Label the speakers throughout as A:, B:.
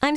A: I'm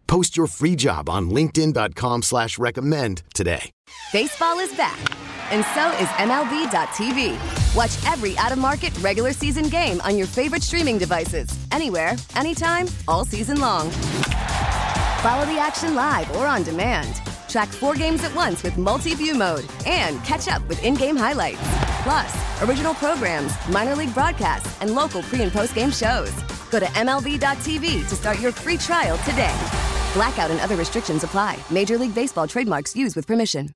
B: Post your free job on LinkedIn.com slash recommend today.
C: Baseball is back, and so is MLB.tv. Watch every out of market regular season game on your favorite streaming devices, anywhere, anytime, all season long. Follow the action live or on demand. Track four games at once with multi-view mode and catch up with in-game highlights. Plus, original programs, minor league broadcasts, and local pre- and post-game shows. Go to MLB.tv to start your free trial today. Blackout and other restrictions apply. Major League Baseball trademarks used with permission.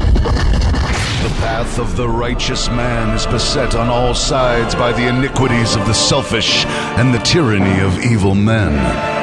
D: The path of the righteous man is beset on all sides by the iniquities of the selfish and the tyranny of evil men.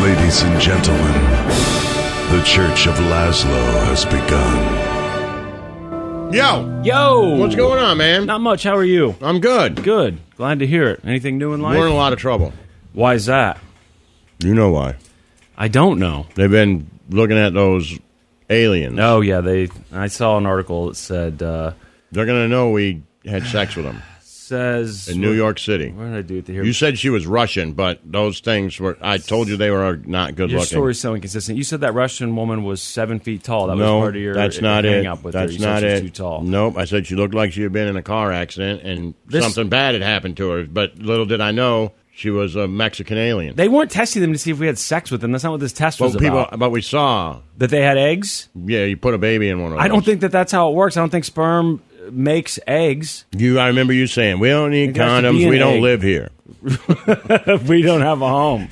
D: Ladies and gentlemen, the Church of Laszlo has begun.
E: Yo,
F: Yo!
E: what's going on, man?
F: Not much. How are you?
E: I'm good.
F: Good. Glad to hear it. Anything new in life?
E: We're in a lot of trouble.
F: Why is that?
E: You know why?
F: I don't know.
E: They've been looking at those aliens.
F: Oh yeah, they. I saw an article that said uh,
E: They're gonna know we had sex with them
F: says
E: in New York City.
F: What did I do with the here?
E: You said she was Russian, but those things were. I told you they were not good
F: your
E: looking.
F: story's so inconsistent. You said that Russian woman was seven feet tall. That
E: no,
F: was part of your
E: that's not
F: hang
E: it.
F: up with her.
E: that's
F: You
E: not
F: said
E: it.
F: she's too tall.
E: Nope. I said she looked like she had been in a car accident and
F: This-
E: something bad had happened to her. But little did I know she was a Mexican alien.
F: They weren't testing them to see if we had sex with them. That's not what this test
E: but
F: was
E: people,
F: about.
E: but we saw.
F: That they had eggs.
E: Yeah, you put a baby in one of those.
F: I don't think that that's how it works. I don't think sperm uh, makes eggs.
E: You, I remember you saying, "We don't need
F: It has to
E: condoms.
F: be an
E: We don't
F: egg."
E: live here."
F: we don't have a home.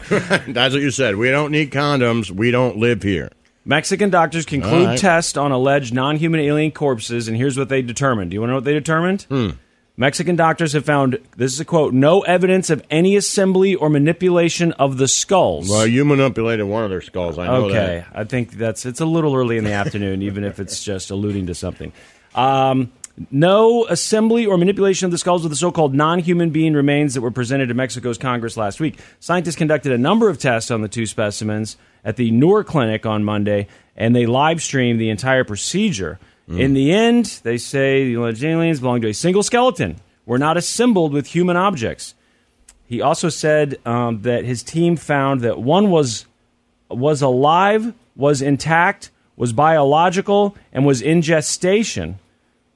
E: That's what you said. We don't need condoms. We don't live here.
F: Mexican doctors conclude
E: All right.
F: test on alleged non-human alien corpses, and here's what they determined. Do you want to know what they determined?
E: Hmm.
F: Mexican doctors have found this is a quote: "No evidence of any assembly or manipulation of the skulls."
E: Well, you manipulated one of their skulls. I know
F: okay, I think that's it's a little early in the afternoon, even if it's just alluding to something. Um, no assembly or manipulation of the skulls of the so-called non-human being remains that were presented to Mexico's Congress last week. Scientists conducted a number of tests on the two specimens at the Noor Clinic on Monday, and they live streamed the entire procedure.
E: Mm.
F: In the end, they say the alleged aliens belong to a single skeleton. Were not assembled with human objects. He also said um, that his team found that one was was alive, was intact, was biological, and was in gestation,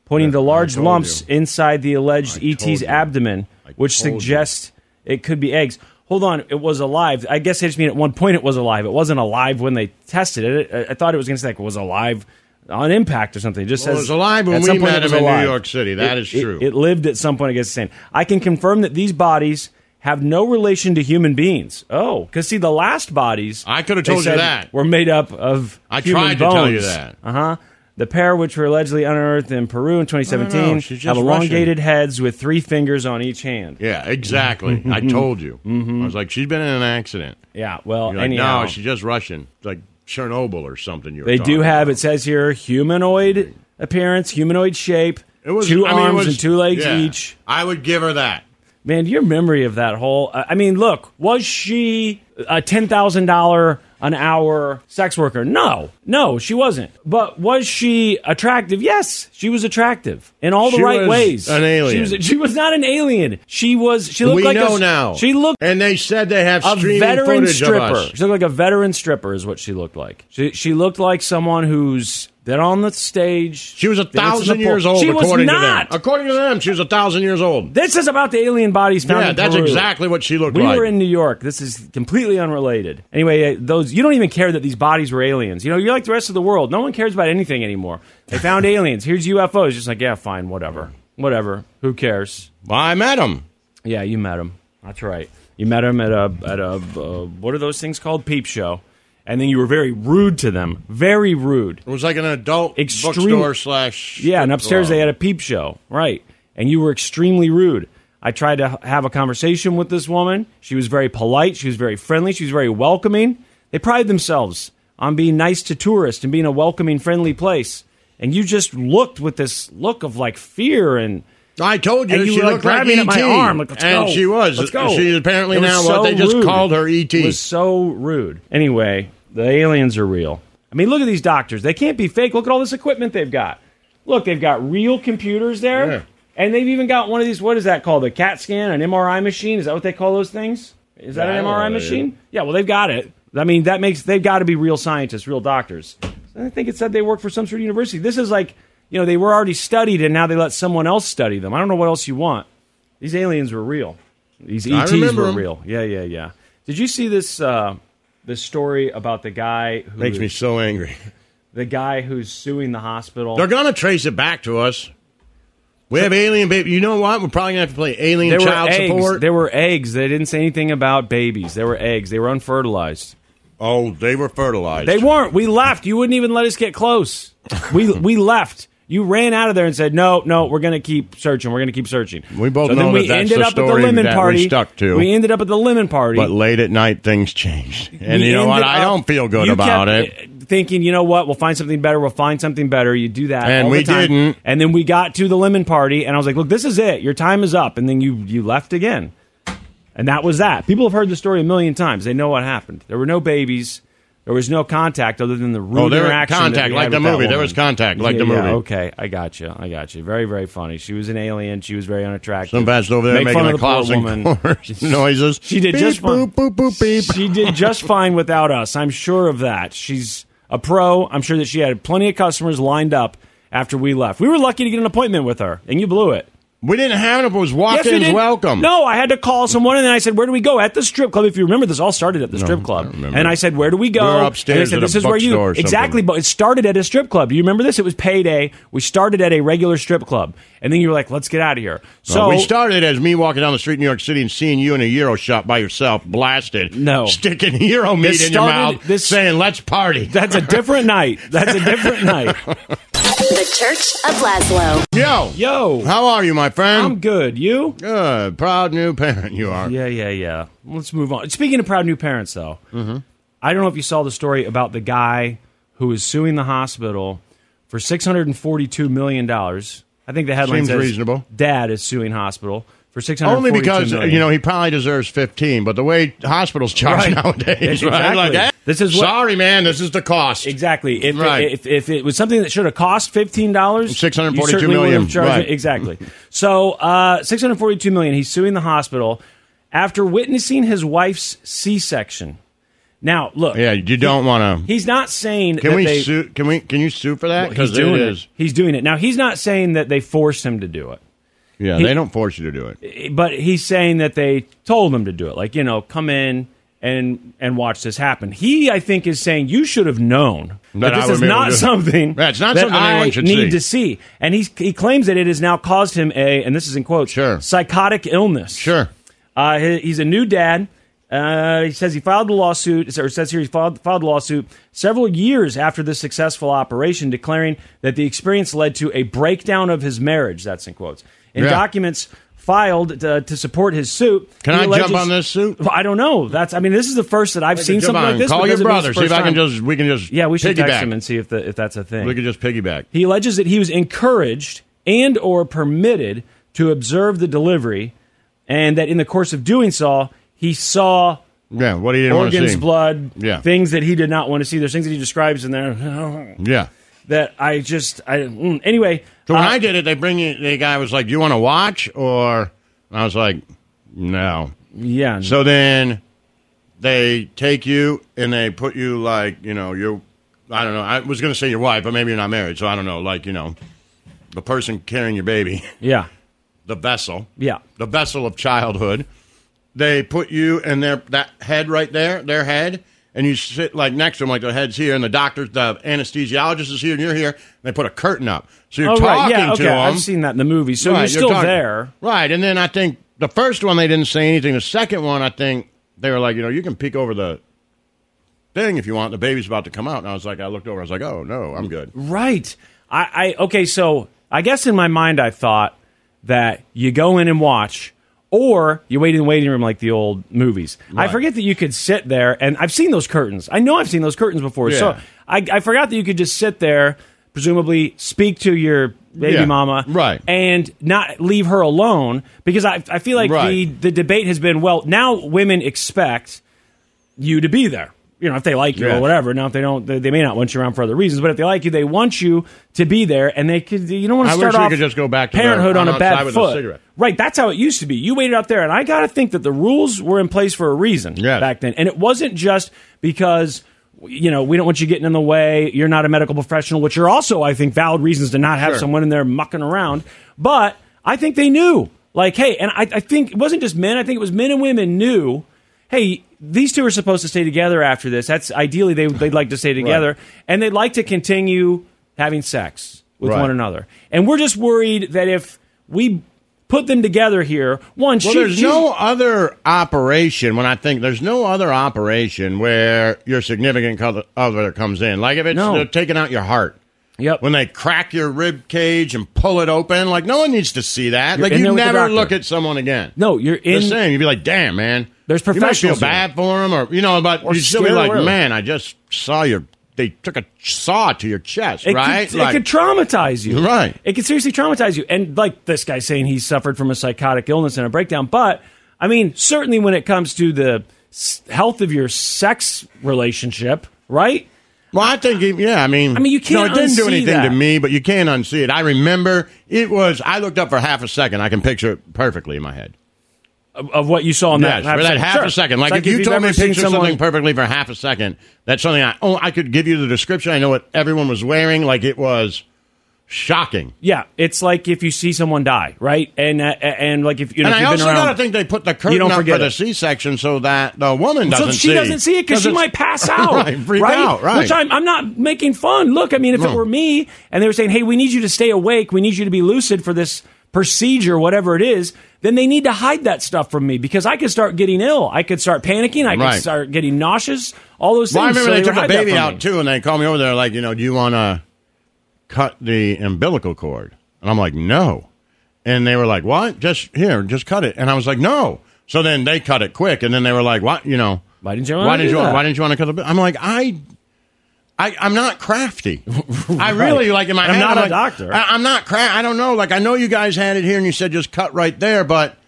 F: pointing to large
E: told
F: lumps inside the alleged
E: I told
F: ET's
E: you.
F: abdomen,
E: I
F: which
E: told you.
F: suggests it could be eggs. Hold on, it was alive. I guess they just mean at one point it was alive. It wasn't alive when they tested it. I, I thought it was going to say like, it was alive on impact or something. It just
E: Well, it
F: says
E: was alive when
F: at
E: we
F: some point
E: met
F: it was
E: him in New
F: alive.
E: York City. That
F: That
E: is
F: is
E: true.
F: It, lived at some point against the sand. I can confirm that these bodies have no relation to human beings. Oh, because see, the last bodies
E: I could have
F: they
E: told you
F: said
E: that.
F: were made up of.
E: I
F: human
E: tried to tell you
F: bones.
E: that.
F: Uh huh. The pair, which were allegedly unearthed in Peru in
E: I don't
F: 2017,
E: know. She's just
F: have elongated heads with three fingers on each hand.
E: that. Yeah, exactly.
F: Mm-hmm.
E: I told you. I was like, she's been in an accident.
F: Yeah.
E: You're
F: Well,
E: like,
F: Mm-hmm. anyhow,
E: no, she's just Russian. It's like Chernobyl or something. You were
F: they
E: talking
F: do have.
E: about.
F: It says here humanoid appearance, humanoid shape,
E: It was
F: two
E: I mean, it
F: arms
E: was-
F: and two legs
E: yeah.
F: each.
E: I would give her that.
F: Man, your memory of that whole. I I mean, look, was she a $10,000 an hour sex worker? No, no, she wasn't. But was she attractive? Yes, she was attractive in all the
E: She
F: right
E: was
F: ways.
E: an alien.
F: She was, she was not an alien. She was, she looked
E: we
F: like
E: know
F: a,
E: now.
F: She looked
E: and they said they have
F: a
E: streaming
F: veteran
E: footage of
F: stripper.
E: us.
F: She looked like a veteran stripper, is what she looked like. She, she looked like someone who's Then on the stage,
E: She was a
F: then it's in the
E: thousand
F: poll.
E: years old.
F: She was
E: according
F: not.
E: To them. According to them, she was a thousand years old.
F: This is about the alien bodies found.
E: yeah,
F: in
E: that's
F: Peru.
E: exactly what she looked
F: We
E: like.
F: were in New York. This is completely unrelated. Anyway, uh, those you don't even care that these bodies were aliens. You know, you're like the rest of the world. No one cares about anything anymore. They found aliens. Here's UFOs. Just like yeah, fine, whatever, whatever. Who cares?
E: well, I met him.
F: Yeah, you met him. That's right. You met him at a at a uh, what are those things called? Peep show. And then you were very rude to them. Very rude.
E: It was like an adult
F: Extreme-
E: bookstore slash.
F: Yeah, and upstairs they had a peep show, right? And you were extremely rude. I tried to h- have a conversation with this woman. She was very polite. She was very friendly. She was very welcoming. They pride themselves on being nice to tourists and being a welcoming, friendly place. And you just looked with this look of like fear and
E: I told you,
F: And you
E: she
F: were, like,
E: looked like
F: grabbing at my
E: ET.
F: arm, like, let's
E: and
F: go.
E: she was.
F: Let's go.
E: She apparently
F: It was
E: now
F: so
E: what they just
F: rude.
E: called her E ET.
F: It was so rude. Anyway, the aliens are real. I mean, look at these doctors. They can't be fake. Look at all this equipment they've got. Look, they've got real computers there.
E: Yeah.
F: And they've even got one of these, what is that called? A CAT scan, an MRI machine? Is that what they call those things? Is
E: Yeah,
F: that
E: I
F: an
E: don't know
F: MRI
E: what that
F: machine? Yeah, well, they've got it. I mean, that makes, they've got to be real scientists, real doctors. I think it said they work for some sort of university. This is like, you know, they were already studied and now they let someone else study them. I don't know what else you want. These aliens were real. These
E: I
F: ETs
E: remember
F: were
E: them.
F: real. Yeah, yeah, yeah. Did you see this uh, this story about the guy who
E: Makes me so angry.
F: the guy who's suing the hospital?
E: They're gonna trace it back to us. We have alien baby. You know what? We're probably gonna have to play alien
F: there were
E: child
F: eggs.
E: support.
F: There were eggs. They didn't say anything about babies. There were eggs. They were unfertilized.
E: oh, they were fertilized.
F: They weren't. We left. You wouldn't even let us get close. We we left. You ran out of there and said, "No, no, we're going to keep searching. We're going to keep searching."
E: We both
F: so
E: know
F: then
E: that
F: we
E: that's
F: ended
E: the
F: up at
E: story
F: the lemon
E: that we
F: party.
E: stuck to.
F: We ended up at the lemon party.
E: But late at night, things changed, and
F: We
E: you know what?
F: ended
E: I
F: up-
E: don't feel good
F: you
E: about
F: kept,
E: it.
F: uh, Thinking, you know what? We'll find something better. We'll find something better. You do that,
E: And
F: all
E: we
F: the time.
E: didn't.
F: And then we got to the lemon party, and I was like, "Look, this is it. Your time is up." And then you you left again, and that was that. People have heard the story a million times. They know what happened. There were no babies. There was no contact other than the rude
E: Oh, there were
F: interaction. that
E: contact,
F: we
E: like
F: had
E: the
F: with that
E: movie. There
F: woman.
E: was contact, like
F: Yeah,
E: the
F: yeah,
E: movie.
F: okay, I got you. I got you. Very, very funny. She was an alien. She was very unattractive.
E: Some bastard over there
F: Make
E: making
F: fun
E: the
F: of the poor
E: closing
F: woman.
E: noises.
F: She did
E: Beep,
F: just fine.
E: Boop, boop, boop, beep.
F: She did just fine without us. I'm sure of that. She's a pro. I'm sure that she had plenty of customers lined up after we left. We were lucky to get an appointment with her, and you blew it.
E: We didn't have it. It was
F: Yes, we
E: walk-ins
F: did.
E: welcome. Uh,
F: No, I had to call someone, and then I said, "Where do we go?" At the strip club. If you remember, this all started at the strip club.
E: remember.
F: and I said, "Where do we go?"
E: We were
F: And they
E: upstairs
F: said,
E: at a
F: "This is where
E: bookstore or
F: you
E: something.
F: exactly." But it started at a strip club. Do you remember this? It was payday. We started at a regular strip club, and then you were like, "Let's get out of here." So
E: Well, we started as me walking down the street in New York City and seeing you in a Euro shop by yourself, blasted.
F: No.
E: Sticking Euro meat
F: This
E: in your
F: started-
E: mouth,
F: this-
E: saying, let's party.
F: That's a different night. That's a different night.
G: The Church of Laszlo.
E: Yo.
F: Yo.
E: How are you, my friend?
F: I'm good. You?
E: good. Proud new parent you are.
F: Yeah, yeah, yeah. Let's move on. Speaking of proud new parents, though,
E: Mm-hmm.
F: I don't know if you saw the story about the guy who is suing the hospital for six hundred and forty-two million dollars. I think the headline
E: Seems
F: says
E: reasonable.
F: Dad is suing hospital for six hundred.
E: Only because, you know, he probably deserves 15, but the way hospitals charge
F: Right.
E: nowadays,
F: Yes,
E: right?
F: exactly.
E: Like, eh,
F: This is what-
E: sorry, man, this is the cost.
F: Exactly. If,
E: Right.
F: if, if it was something that should have cost fifteen dollars,
E: $642 million. Right.
F: Exactly. so uh, six hundred forty-two million. He's suing the hospital after witnessing his wife's C-section. Now, look.
E: Yeah, you don't want to.
F: He's not saying
E: Can
F: that
E: we
F: they,
E: sue? Can we? Can you sue for that?
F: He's
E: Because
F: doing
E: it
F: it,
E: is.
F: He's doing it now. He's not saying that they forced him to do it,
E: Yeah,
F: He-
E: they don't force you to do it.
F: but he's saying that they told him to do it. Like you know, come in and and watch this happen. He, I think, is saying you should have known
E: That
F: that,
E: I
F: this
E: would
F: is
E: be able
F: not
E: to do it."
F: something
E: Yeah, it's not
F: that
E: something anyone
F: I
E: should
F: need
E: see.
F: to see. And he's, he claims that it has now caused him a, and this is in quotes,
E: Sure.
F: psychotic illness.
E: Sure.
F: Uh, he- he's a new dad. Uh, he says he filed a lawsuit, or says here he filed, filed a lawsuit several years after this successful operation, declaring that the experience led to a breakdown of his marriage. That's in quotes. In
E: Yeah.
F: documents filed uh, to support his suit,
E: Can
F: he
E: I jump on this suit?
F: Well, I don't know. That's. I mean, this is the first that I've seen
E: Come
F: something
E: on,
F: like this.
E: Call
F: but
E: your
F: doesn't mean it's
E: brother.
F: the
E: See if
F: first
E: I can
F: time.
E: just we can just
F: Yeah, we should
E: piggyback.
F: text him and see if the, if that's a thing.
E: We can just piggyback.
F: He alleges that he was encouraged and or permitted to observe the delivery and that in the course of doing so, he saw
E: Yeah, what he didn't want to
F: organs,
E: see.
F: blood,
E: Yeah.
F: things that he did not want to see. There's things that he describes in there
E: Yeah.
F: that I just I mm. anyway.
E: So when
F: uh,
E: I did it, they bring you. The guy was like, "Do you want to watch?" Or and I was like, "No."
F: yeah.
E: So then they take you and they put you like you know you're I don't know. I was going to say your wife, but maybe you're not married, so I don't know. Like you know, the person carrying your baby,
F: Yeah.
E: the vessel,
F: Yeah.
E: the vessel of childhood. They put you in their that head right there, their head, and you sit like next to them, like the head's here, and the doctor, the anesthesiologist is here, and you're here. And they put a curtain up, so you're
F: Oh,
E: talking
F: right. Yeah.
E: to
F: Okay.
E: them.
F: I've seen that in the movie. So
E: Right,
F: you're still
E: talking-
F: there.
E: Right. And then I think the first one, they didn't say anything. The second one, I think they were like, you know, you can peek over the thing if you want. The baby's about to come out. And I was like, I looked over. I was like, oh, no, I'm good.
F: Right. I, I okay, so I guess in my mind I thought that you go in and watch or you wait in the waiting room like the old movies. I forget that you could sit there and I've seen those curtains. I know I've seen those curtains before. So
E: Yeah.
F: I, I forgot that you could just sit there, presumably speak to your baby
E: Yeah.
F: mama
E: Right.
F: and not leave her alone because I, I feel like the,
E: Right.
F: the debate has been well now women expect you to be there you know if they like you or
E: Yes.
F: whatever now if they don't they, they may not want you around for other reasons but if they like you they want you to be there and they could you don't want
E: I
F: to start
E: wish we
F: off
E: could just go back to the-
F: parenthood on
E: I'm
F: a bad
E: outside with a
F: foot
E: cigarette.
F: right that's how it used to be you waited out there and i gotta think that the rules were in place for a reason
E: Yes.
F: back then and it wasn't just because you know we don't want you getting in the way you're not a medical professional which are also i think valid reasons to not have
E: Sure.
F: someone someone in there mucking around. But I think they knew. Like, hey, and I, I think it wasn't just men. I think it was men and women knew. Hey, these two are supposed to stay together after this. That's ideally they they'd like to stay together, and they'd like to continue having sex with
E: Right.
F: one another. And we're just worried that if we put them together here, one,
E: Well,
F: she,
E: there's
F: she-
E: no other operation when I think there's no other operation where your significant co- other comes in. Like if it's
F: No.
E: they're taking out your heart.
F: Yep.
E: When they crack your rib cage and pull it open, like no one needs to see that.
F: You're
E: like
F: in there
E: you
F: with the
E: never
F: doctor.
E: look at someone again.
F: No, you're in-
E: the same. You'd be like, damn, man.
F: There's
E: You
F: professionals
E: might feel bad for him, or you know, but
F: Or
E: you'd still be
F: scared or
E: like,
F: whatever.
E: man, I just saw your. They took a saw to your chest,
F: It
E: right?
F: Could,
E: Like-
F: it could traumatize you.
E: Right.
F: It could seriously traumatize you. And like this guy saying he suffered from a psychotic illness and a breakdown. But I mean, certainly when it comes to the s- health of your sex relationship, right?
E: Well, I think, it- yeah, I mean,
F: I mean, you
E: No,
F: can't
E: it didn't
F: unsee
E: do anything
F: that.
E: to me, but you can't unsee it. I remember it was. I looked up for half a second. I can picture it perfectly in my head.
F: Of, of what you saw in
E: Yes,
F: that.
E: for that half
F: Sure.
E: a second. Like,
F: It's
E: if you
F: you've
E: told me
F: ever
E: to
F: seen
E: picture
F: someone-
E: something perfectly for half a second, that's something I. Oh, I could give you the description. I know what everyone was wearing. Like it was shocking.
F: Yeah, it's like if you see someone die, right? And uh, and like if you know,
E: and
F: if
E: I
F: you've
E: also
F: been around,
E: gotta think they put the curtain
F: you don't
E: up for
F: forget
E: the
F: it.
E: C-section so that the woman doesn't
F: so she
E: see.
F: doesn't see it because she
E: Doesn't-
F: might pass out.
E: right, freak out. Right.
F: Which I'm, I'm not making fun. Look, I mean, if it
E: No.
F: were me and they were saying, hey, we need you to stay awake, we need you to be lucid for this procedure, whatever it is, then they need to hide that stuff from me because I could start getting ill. I could start panicking. I could
E: Right.
F: start getting nauseous. All those
E: Well, I
F: things.
E: remember
F: so
E: they
F: would
E: took a
F: hide that
E: baby
F: from
E: out
F: me.
E: too, and they called me over there like, you know, do you want to cut the umbilical cord? And I'm like, no. And they were like, what? Just here, just cut it. And I was like, no. So then they cut it quick, and then they were like, what? You know,
F: Why didn't you
E: Why
F: wanna
E: didn't
F: do
E: you?
F: that?
E: Why didn't you want to cut the? I'm like, I. I, I'm not crafty. I really like in my
F: And I'm
E: head,
F: not a
E: like,
F: doctor.
E: I, I'm not cra- I don't know. Like I know you guys had it here, and you said just cut right there. But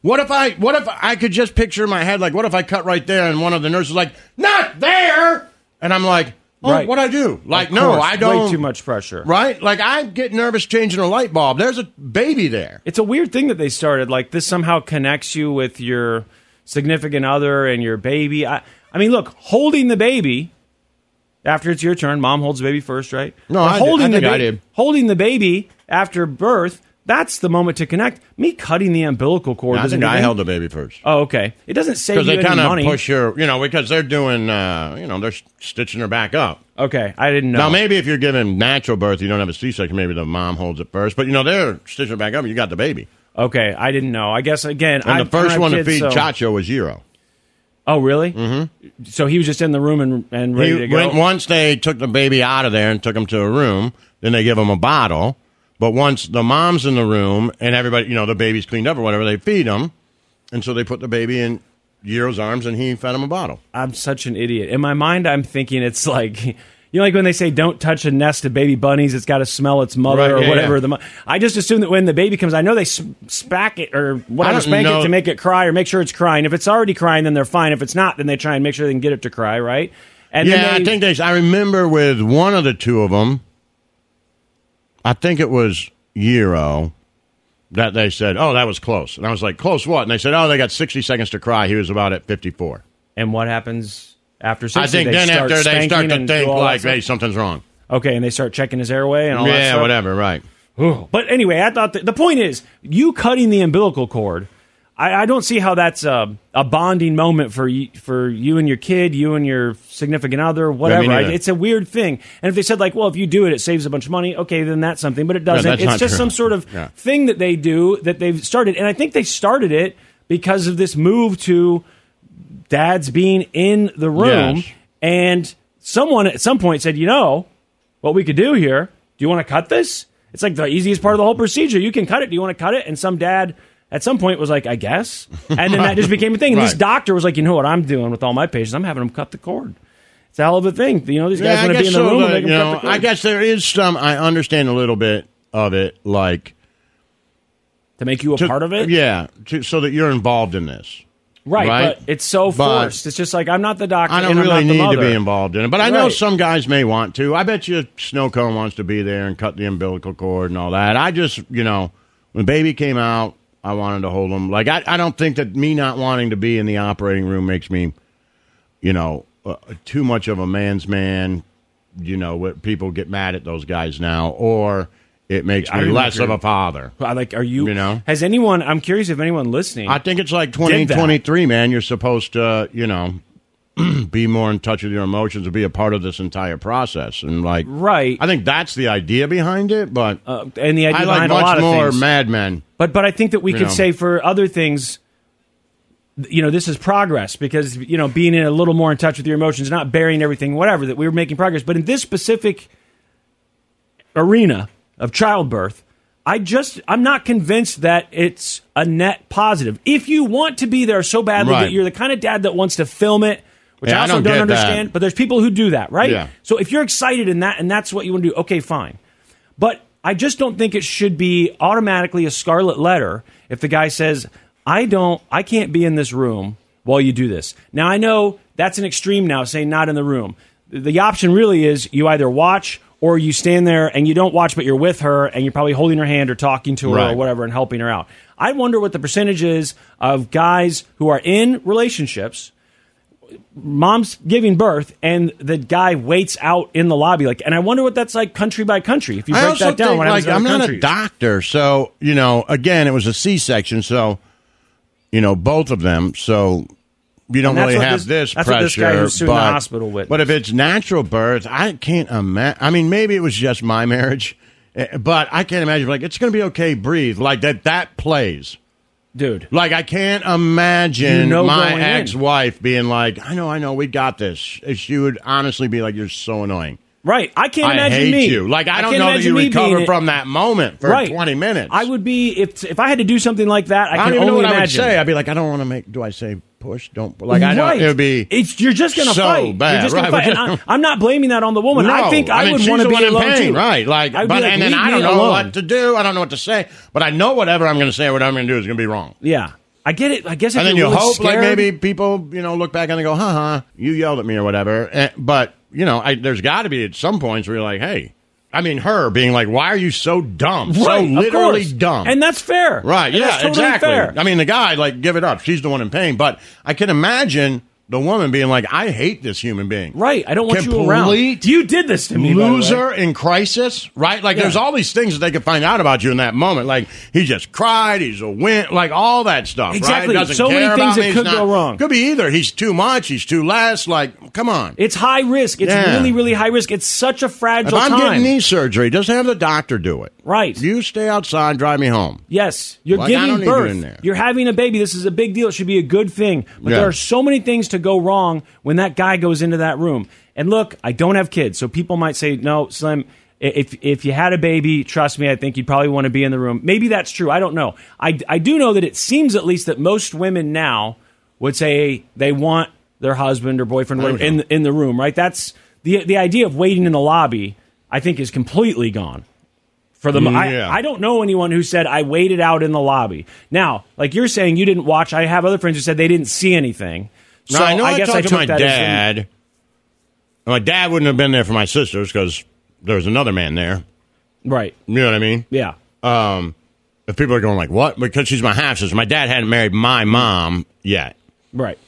E: what if I? What if I could just picture in my head like what if I cut right there, and one of the nurses like not there, and I'm like, oh,
F: Right.
E: what I do? Like
F: Of
E: no,
F: course.
E: I don't.
F: Way too much pressure.
E: Right? Like I get nervous changing a light bulb. There's a baby there.
F: It's a weird thing that they started. Like this somehow connects you with your significant other and your baby. I, I mean, look, holding the baby after it's your turn. Mom holds the baby first, right?
E: No,
F: Or
E: I did- I
F: the
E: think I
F: ba-
E: did.
F: Holding the baby after birth. That's the moment to connect. Me cutting the umbilical cord.
E: I
F: doesn't
E: think
F: do
E: I
F: any-
E: held the baby first.
F: Oh, okay. It doesn't save
E: Because
F: you
E: they
F: any
E: kind of
F: money.
E: push her, you know, because they're doing, uh, you know, they're s- stitching her back up.
F: Okay, I didn't know.
E: Now, maybe if you're giving natural birth, you don't have a C-section. Maybe the mom holds it first, but you know they're stitching it back up. You got the baby,
F: Okay, I didn't know. I guess again,
E: and
F: I,
E: the first
F: I'm
E: one to
F: kid,
E: feed
F: so-
E: Chacho was Zero.
F: Oh, really? Mm-hmm. So he was just in the room and and ready to
E: He
F: go.
E: went, once they took the baby out of there and took him to a room, then they give him a bottle. But once the mom's in the room and everybody, you know, the baby's cleaned up or whatever, they feed him, and so they put the baby in Zero's arms and he fed him a bottle.
F: I'm such an idiot. In my mind, I'm thinking it's like, you know, like when they say don't touch a nest of baby bunnies, it's got to smell its mother
E: Right,
F: or
E: yeah,
F: whatever.
E: yeah.
F: The mo- I just assume that when the baby comes, I know they s- spack it or
E: I
F: whatever,
E: don't
F: spank it
E: know-
F: to make it cry or make sure it's crying. If it's already crying, then they're fine. If it's not, then they try and make sure they can get it to cry, right? And then
E: yeah,
F: they-
E: I think they. I remember with one of the two of them. I think it was Euro that they said, "Oh, that was close," and I was like, "Close what?" And they said, "Oh, they got sixty seconds to cry." He was about at fifty-four.
F: And what happens? after 60,
E: I think
F: they
E: then
F: start
E: after they
F: spanking
E: start to
F: and do
E: think
F: all that
E: like,
F: stuff.
E: hey, something's wrong.
F: okay, and they start checking his airway and all that
E: Yeah,
F: stuff.
E: whatever, right.
F: But anyway, I thought that, the point is you cutting the umbilical cord. I, I don't see how that's a, a bonding moment for you, for you and your kid, you and your significant other, whatever. I-
E: neither.
F: it's a weird thing. And if they said like, well, if you do it, it saves a bunch of money. Okay, then that's something, but it doesn't.
E: that's
F: it's
E: not
F: just
E: true.
F: some sort of
E: Yeah.
F: thing that they do that they've started, and I think they started it because of this move to dads being in the room,
E: Yes.
F: and someone at some point said, you know, what we could do here. Do you want to cut this? It's like the easiest part of the whole procedure. You can cut it. Do you want to cut it? And some dad at some point was like, I guess. And then that just became a thing. And this
E: Right.
F: doctor was like, you know what I'm doing with all my patients? I'm having them cut the cord. It's a hell of a thing. You know, these guys
E: Yeah, I
F: want to be
E: guess
F: in the
E: so,
F: room. and
E: but,
F: they can
E: you
F: cut
E: know,
F: the cord
E: I guess there is some. I understand a little bit of it, like
F: to make you a
E: to-
F: part of it.
E: Yeah, to, so that you're involved in this.
F: right,
E: right.
F: But it's so
E: But-
F: forced. It's just like I'm not the doctor.
E: I don't
F: and I'm
E: really
F: not the
E: need to
F: mother.
E: be involved in it, but I know
F: Right.
E: some guys may want to. I bet you snow cone wants to be there and cut the umbilical cord and all that. I just, you know, when the baby came out, I wanted to hold him. Like I, I don't think that me not wanting to be in the operating room makes me, you know, uh, too much of a man's man. You know, what people get mad at those guys now, or it makes
F: I
E: me
F: don't
E: less
F: agree.
E: of a father.
F: I like, are you?
E: You know?
F: has anyone? I'm curious if anyone listening.
E: I think it's like
F: Did that.
E: 2023, man. You're supposed to, you know, be more in touch with your emotions and be a part of this entire process. And like,
F: Right.
E: I think that's the idea behind it. But
F: uh, and the idea
E: I like
F: behind a lot
E: much
F: of
E: more
F: things.
E: Mad Men.
F: But but I think that we
E: You
F: could
E: know.
F: say for other things, th- you know, this is progress because you know being in a little more in touch with your emotions, not burying everything, whatever. That we were making progress, but in this specific arena of childbirth, I just I'm not convinced that it's a net positive. If you want to be there so badly
E: Right.
F: that you're the kind of dad that wants to film it. Which
E: Yeah,
F: I
E: I
F: also
E: don't
F: don't,
E: get that.
F: understand, but there's people who do that, right?
E: Yeah.
F: So if you're excited in that and that's what you want to do, okay, fine. But I just don't think it should be automatically a scarlet letter if the guy says, "I don't, I can't be in this room while you do this." Now I know that's an extreme now saying not in the room. The option really is you either watch or you stand there and you don't watch but you're with her and you're probably holding her hand or talking to her or
E: Right.
F: whatever and helping her out. I wonder what the percentage is of guys who are in relationships mom's giving birth and the guy waits out in the lobby like and i wonder what that's like country by country if you break
E: I also
F: that down
E: think,
F: what happens
E: like,
F: in other
E: I'm not a
F: countries.
E: doctor, so you know, again, it was a C-section, so you know, both of them, so. You don't
F: And that's
E: really
F: what
E: have
F: this-
E: this,
F: that's what
E: pressure,
F: this guy who's suing the
E: but,
F: hospital witnessed.
E: but if it's natural birth, I can't imagine. I mean, maybe it was just my marriage, eh, but I can't imagine. Like, it's going to be okay. Breathe like that. That plays.
F: dude
E: Like I can't imagine
F: You know
E: my
F: going in.
E: ex-wife being like, "I know, I know, we got this." If She would honestly be like, "You're so annoying."
F: right i can't
E: I
F: imagine
E: hate
F: me
E: you. Like I don't
F: can't
E: know that
F: imagine
E: you
F: me
E: recover
F: being-
E: from that moment for
F: right.
E: 20 minutes.
F: i would be if if i had to do something like that i,
E: I,
F: can
E: don't even know
F: only
E: what
F: imagine
E: I would say. I'd be like, "I don't want to make." Do I say push? Don't like I
F: Right.
E: don't. It would be.
F: It's you're just gonna
E: so
F: fight.
E: Bad,
F: You're just gonna
E: right?
F: fight. And I, am not blaming that on the woman. I
E: No.
F: think I,
E: mean,
F: would
E: she's
F: want
E: the
F: to be
E: one in
F: alone
E: pain,
F: too.
E: right? Like,
F: I would
E: but
F: be like,
E: and then
F: leave
E: I don't
F: me
E: know
F: alone.
E: what to do. I don't know what to say, but I know whatever I'm going to say, or whatever I'm going to do is going to be wrong.
F: Yeah, I get it. I guess if
E: and then you
F: you're really
E: hope like
F: scared-
E: maybe people you know look back and they go, "Ha ha, you yelled at me" or whatever. Eh, but you know, I, there's got to be at some points where you're like, "Hey," I mean, her being like, "Why are you so dumb?
F: Right,
E: so
F: of
E: literally
F: course.
E: dumb."
F: and that's fair,
E: right,
F: And
E: yeah,
F: that's totally
E: exactly.
F: fair.
E: I mean, the guy like give it up. She's the one in pain, but I can imagine the woman being like, "I hate this human being."
F: Right. I don't want
E: Complete
F: you around. You did this to me. by the way.
E: loser in crisis, right? Like,
F: Yeah.
E: there's all these things that they could find out about you in that moment. Like, he just cried. He's a win. Like all that stuff.
F: Exactly.
E: Right? Doesn't
F: So
E: care
F: many
E: about
F: things
E: me.
F: that
E: He's
F: could
E: not-
F: go wrong.
E: Could be either. He's too much. He's too less. Like, come on.
F: It's high risk. It's
E: Yeah.
F: really, really high risk. It's such a
E: if
F: fragile
E: I'm
F: time.
E: getting knee surgery, just have the doctor do it.
F: Right.
E: You stay outside. Drive me home.
F: yes, you're
E: Like, I
F: giving
E: don't need you
F: birth.
E: in there.
F: are having a baby. This is a big deal. It should be a good thing. But
E: Yeah.
F: there are so many things to go wrong when that guy goes into that room. And look, I don't have kids, so people might say, "No, Slim, i- if if you had a baby, trust me, I think you'd probably want to be in the room." Maybe that's true. I don't know. I I do know that it seems at least that most women now would say they want their husband or boyfriend or whatever in in the room, right? That's the the idea of waiting in the lobby. I think is completely gone. For the mo-
E: Yeah.
F: I, I don't know anyone who said I waited out in the lobby. Now, like you're saying, you didn't watch. I have other friends who said they didn't see anything. So
E: now, I know I,
F: guess
E: talked
F: I
E: to
F: took
E: my
F: that as in-
E: dad. and my dad wouldn't have been there for my sisters because there was another man there.
F: right?
E: You know what I mean?
F: Yeah,
E: um, if people are going like, "What?" Because she's my half sister. My dad hadn't married my mom yet,
F: right.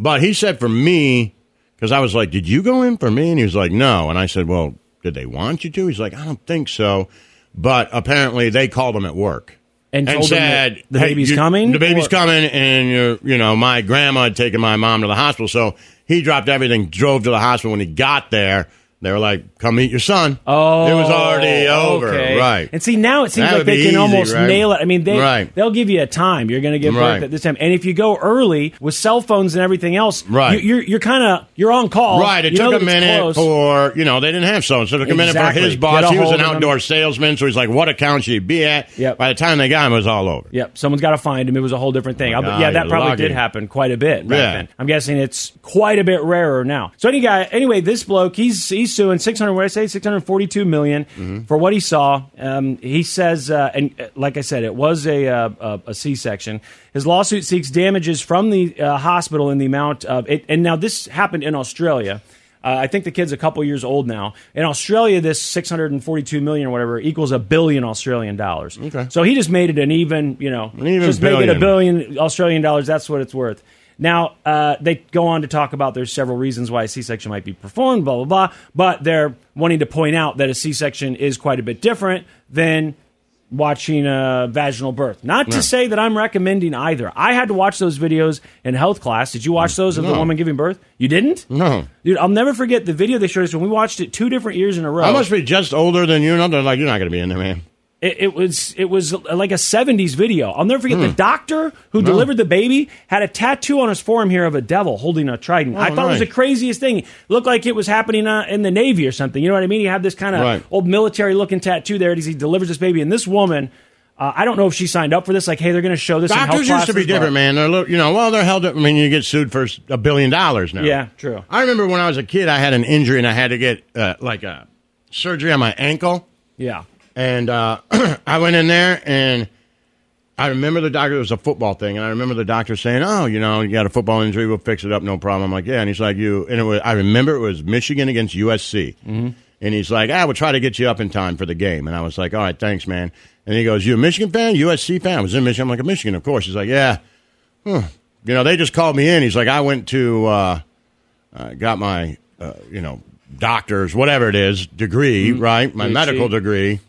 E: but he said for me, because I was like, "Did you go in for me?" And he was like, "No." And I said, "Well, did they want you to?" He's like, "I don't think so," but apparently they called him at work
F: And told them
E: said,
F: that the
E: "Hey,
F: baby's
E: you-
F: coming?
E: The baby's
F: Or-
E: coming, and you you know my grandma had taken my mom to the hospital, so he dropped everything, drove to the hospital. When he got there, they were like, "Come meet your son."
F: Oh,
E: it was already over,
F: okay.
E: right?
F: And see, now it seems
E: That
F: like
E: would
F: they
E: be
F: can
E: easy,
F: almost
E: right?
F: nail it. I mean, they
E: Right.
F: they'll give you a time. You're going to get
E: Right.
F: birth at this time, and if you go early with cell phones and everything else,
E: Right.
F: You, you're you're kind of you're on call,
E: Right, it
F: You know
E: took
F: that
E: a
F: it's
E: minute
F: close.
E: for you know they didn't have so so it took a minute for
F: Exactly.
E: his
F: Get
E: boss.
F: a
E: He was
F: hold
E: an
F: of him.
E: outdoor salesman, so he's like, "What account should he be at?"
F: Yep.
E: By the time they got him, it was all over.
F: Yep, someone's got to find him. It was a whole different thing. I bet-
E: Oh God,
F: yeah, that
E: you're
F: probably
E: lucky.
F: did happen quite a bit. Back
E: Yeah.
F: then. I'm guessing it's quite a bit rarer now. So any guy, anyway, this bloke, he's he's suing 600. What did I say, 642 million
E: Mm-hmm.
F: for what he saw. Um, he says, uh, and uh, like I said, it was a uh, a, a C-section. His lawsuit seeks damages from the uh, hospital in the amount of it. And now this happened in Australia. Uh, I think the kid's a couple years old now. In Australia, this 642 million or whatever equals a billion Australian dollars. Okay. So he just made it an even, you know,
E: An even
F: just make it a
E: billion.
F: billion Australian dollars. That's what it's worth. Now uh, they go on to talk about there's several reasons why a C-section might be performed, blah blah blah. But they're wanting to point out that a C-section is quite a bit different than watching a vaginal birth. Not to say that I'm recommending either. I had to watch those videos in health class. Did you watch those of the
E: No.
F: woman giving birth? You didn't?
E: No.
F: Dude, I'll never forget the video they showed us when we watched it two different years in a row.
E: I must be just older than you. And they're like, "You're not going to be in there, man."
F: It, it was it was like a '70s video. I'll never forget
E: Hmm.
F: the doctor who delivered the baby had a tattoo on his forearm here of a devil holding a trident. I thought it was
E: Oh,
F: the
E: nice.
F: craziest thing. It looked like it was happening uh, in the Navy or something. You know what I mean? He had this kind of
E: Right.
F: old military looking tattoo there. and He delivers this baby, and this woman. Uh, I don't know if she signed up for this. Like, hey, they're going to show this. in health
E: Doctors used to be
F: classes, but-
E: different, man. They're little, you know, well, they're held up. I mean, you get sued for s- a billion dollars now.
F: Yeah, true.
E: I remember when I was a kid, I had an injury and I had to get uh, like a surgery on my ankle,
F: Yeah,
E: and uh, I went in there and. I remember the doctor, it was a football thing, and I remember the doctor saying, Oh, you know, you got a football injury, we'll fix it up, no problem. I'm like, Yeah. And he's like, You, and it was, I remember it was Michigan against USC. Mm-hmm. And he's like, Ah, we'll try to get you up in time for the game. And I was like, All right, thanks, man. And he goes, You a Michigan fan? USC fan? I was in Michigan. I'm like, A Michigan, of course. He's like, Yeah. Huh. You know, they just called me in. He's like, I went to, uh, uh, got my, uh, you know, doctor's, whatever it is, degree, right? My
F: PhD.
E: medical degree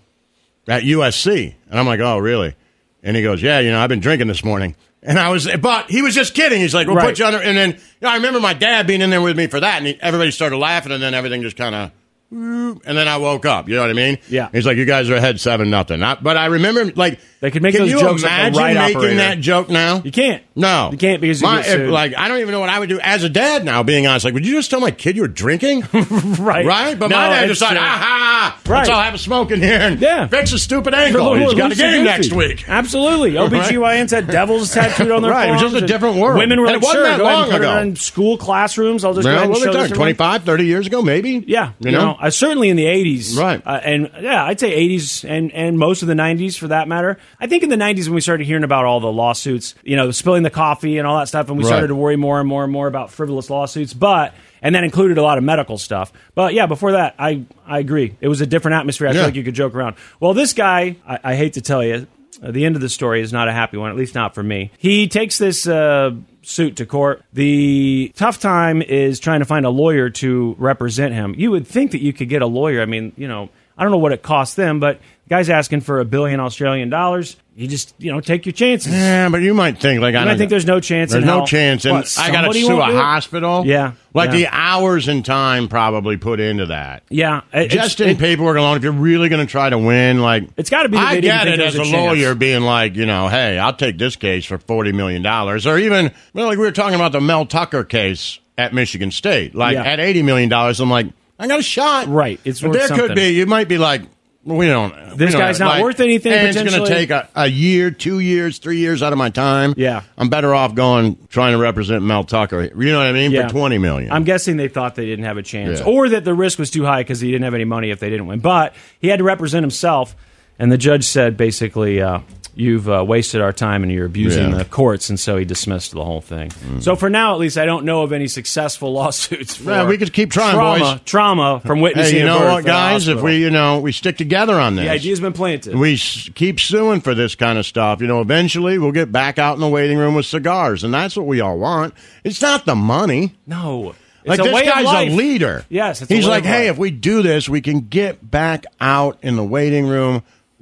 E: at USC. And I'm like, oh, really? And he goes, yeah, you know, I've been drinking this morning. And I was, but he was just kidding. He's like, we'll
F: Right.
E: put you under. And then you know, I remember my dad being in there with me for that. And he, everybody started laughing. And then everything just kind of, and then I woke up. You know what I mean?
F: Yeah.
E: He's like, you guys are ahead seven nothing. I, but I remember, like,
F: They could make
E: can
F: those
E: you
F: jokes at the
E: imagine
F: right
E: making
F: operator.
E: that joke now?
F: you can't.
E: No,
F: you can't because you
E: my,
F: get sued.
E: if, like I don't even know what I would do as a dad now. Being honest, like would you just tell my kid you were drinking,
F: right,
E: right? But
F: No,
E: my dad
F: it's,
E: just thought,
F: uh,
E: ah ha,
F: Right.
E: let's all have a smoke in here and
F: Yeah.
E: fix a stupid ankle.
F: Lord,
E: He's got a
F: loosey
E: game
F: goosey.
E: next week.
F: Absolutely. OBGYNs had devils tattooed on their
E: Right, it was
F: forearms
E: just a
F: and
E: different world.
F: Women were
E: And
F: like,
E: it wasn't
F: sure,
E: that
F: go ahead
E: long
F: and put
E: ago.
F: it in school classrooms. I'll just go
E: Man,
F: ahead and
E: what are
F: show
E: we
F: this
E: talking?
F: to everyone.
E: 25, 30 years ago, maybe.
F: Yeah,
E: you know.
F: uh, certainly in the eighties,
E: Right.
F: Uh, and yeah, I'd say eighties and and most of the nineties for that matter. I think in the nineties when we started hearing about all the lawsuits, you know, spilling the coffee and all that stuff, and we
E: Right.
F: started to worry more and more and more about frivolous lawsuits, but. And that included a lot of medical stuff. But yeah, before that, I, I agree. It was a different atmosphere. I feel
E: Yeah.
F: like you could joke around. Well, this guy, I, I hate to tell you, uh, the end of the story is not a happy one, at least not for me. He takes this uh, suit to court. The tough time is trying to find a lawyer to represent him. You would think that you could get a lawyer. I mean, you know, I don't know what it costs them, but the guy's asking for a billion Australian dollars. You just, you know, take your chances.
E: Yeah, but you might think like I,
F: And I
E: don't
F: think
E: know.
F: there's no chance in
E: Eh, There's no
F: hell.
E: chance, and
F: What,
E: I got to
F: somebody
E: sue a
F: won't do it?
E: hospital.
F: Yeah,
E: like
F: yeah.
E: the hours and time probably put into that.
F: Yeah, it-
E: just
F: it's-
E: in
F: it-
E: paperwork alone, if you're really going to try to win, like
F: It's gotta be that
E: I
F: they didn't
E: get
F: think
E: it
F: there
E: as
F: was
E: a,
F: a chance.
E: lawyer being like, you know, hey, I'll take this case for forty million dollars, or even well, like we were talking about the Mel Tucker case at Michigan State, like
F: Yeah.
E: at eighty million dollars, I'm like, I got a shot,
F: Right, it's
E: But
F: worth
E: there
F: something.
E: could be. You might be like. well, We don't. we
F: This
E: don't
F: guy's
E: have-
F: not
E: like,
F: worth anything,
E: And it's going to
F: potentially.
E: take a, a year, two years, three years out of my time.
F: Yeah.
E: I'm better off going trying to represent Mel Tucker. You know what I mean?
F: Yeah.
E: For twenty million.
F: I'm guessing they thought they didn't have a chance,
E: Yeah.
F: or that the risk was too high because he didn't have any money if they didn't win. But he had to represent himself, and the judge said basically, uh, "You've uh, wasted our time and you're abusing
E: Yeah. Mm.
F: the courts," and so he dismissed the whole thing. So for now, at least, I don't know of any successful lawsuits. For
E: Yeah, we could keep trying,
F: trauma,
E: boys.
F: Trauma from witnessing.
E: Hey, you
F: a
E: know
F: birth
E: what,
F: at a
E: guys? If
F: hospital.
E: we, you know, we stick together on this,
F: the idea's been planted.
E: we s- keep suing for this kind of stuff. You know, eventually we'll get back out in the waiting room with cigars, and that's what we all want. It's not the money.
F: no.
E: Like
F: a
E: this
F: way of
E: guy's
F: life.
E: a leader.
F: Yes, it's a
E: he's
F: way
E: like,
F: of
E: hey,
F: life."
E: if we do this, we can get back out in the waiting room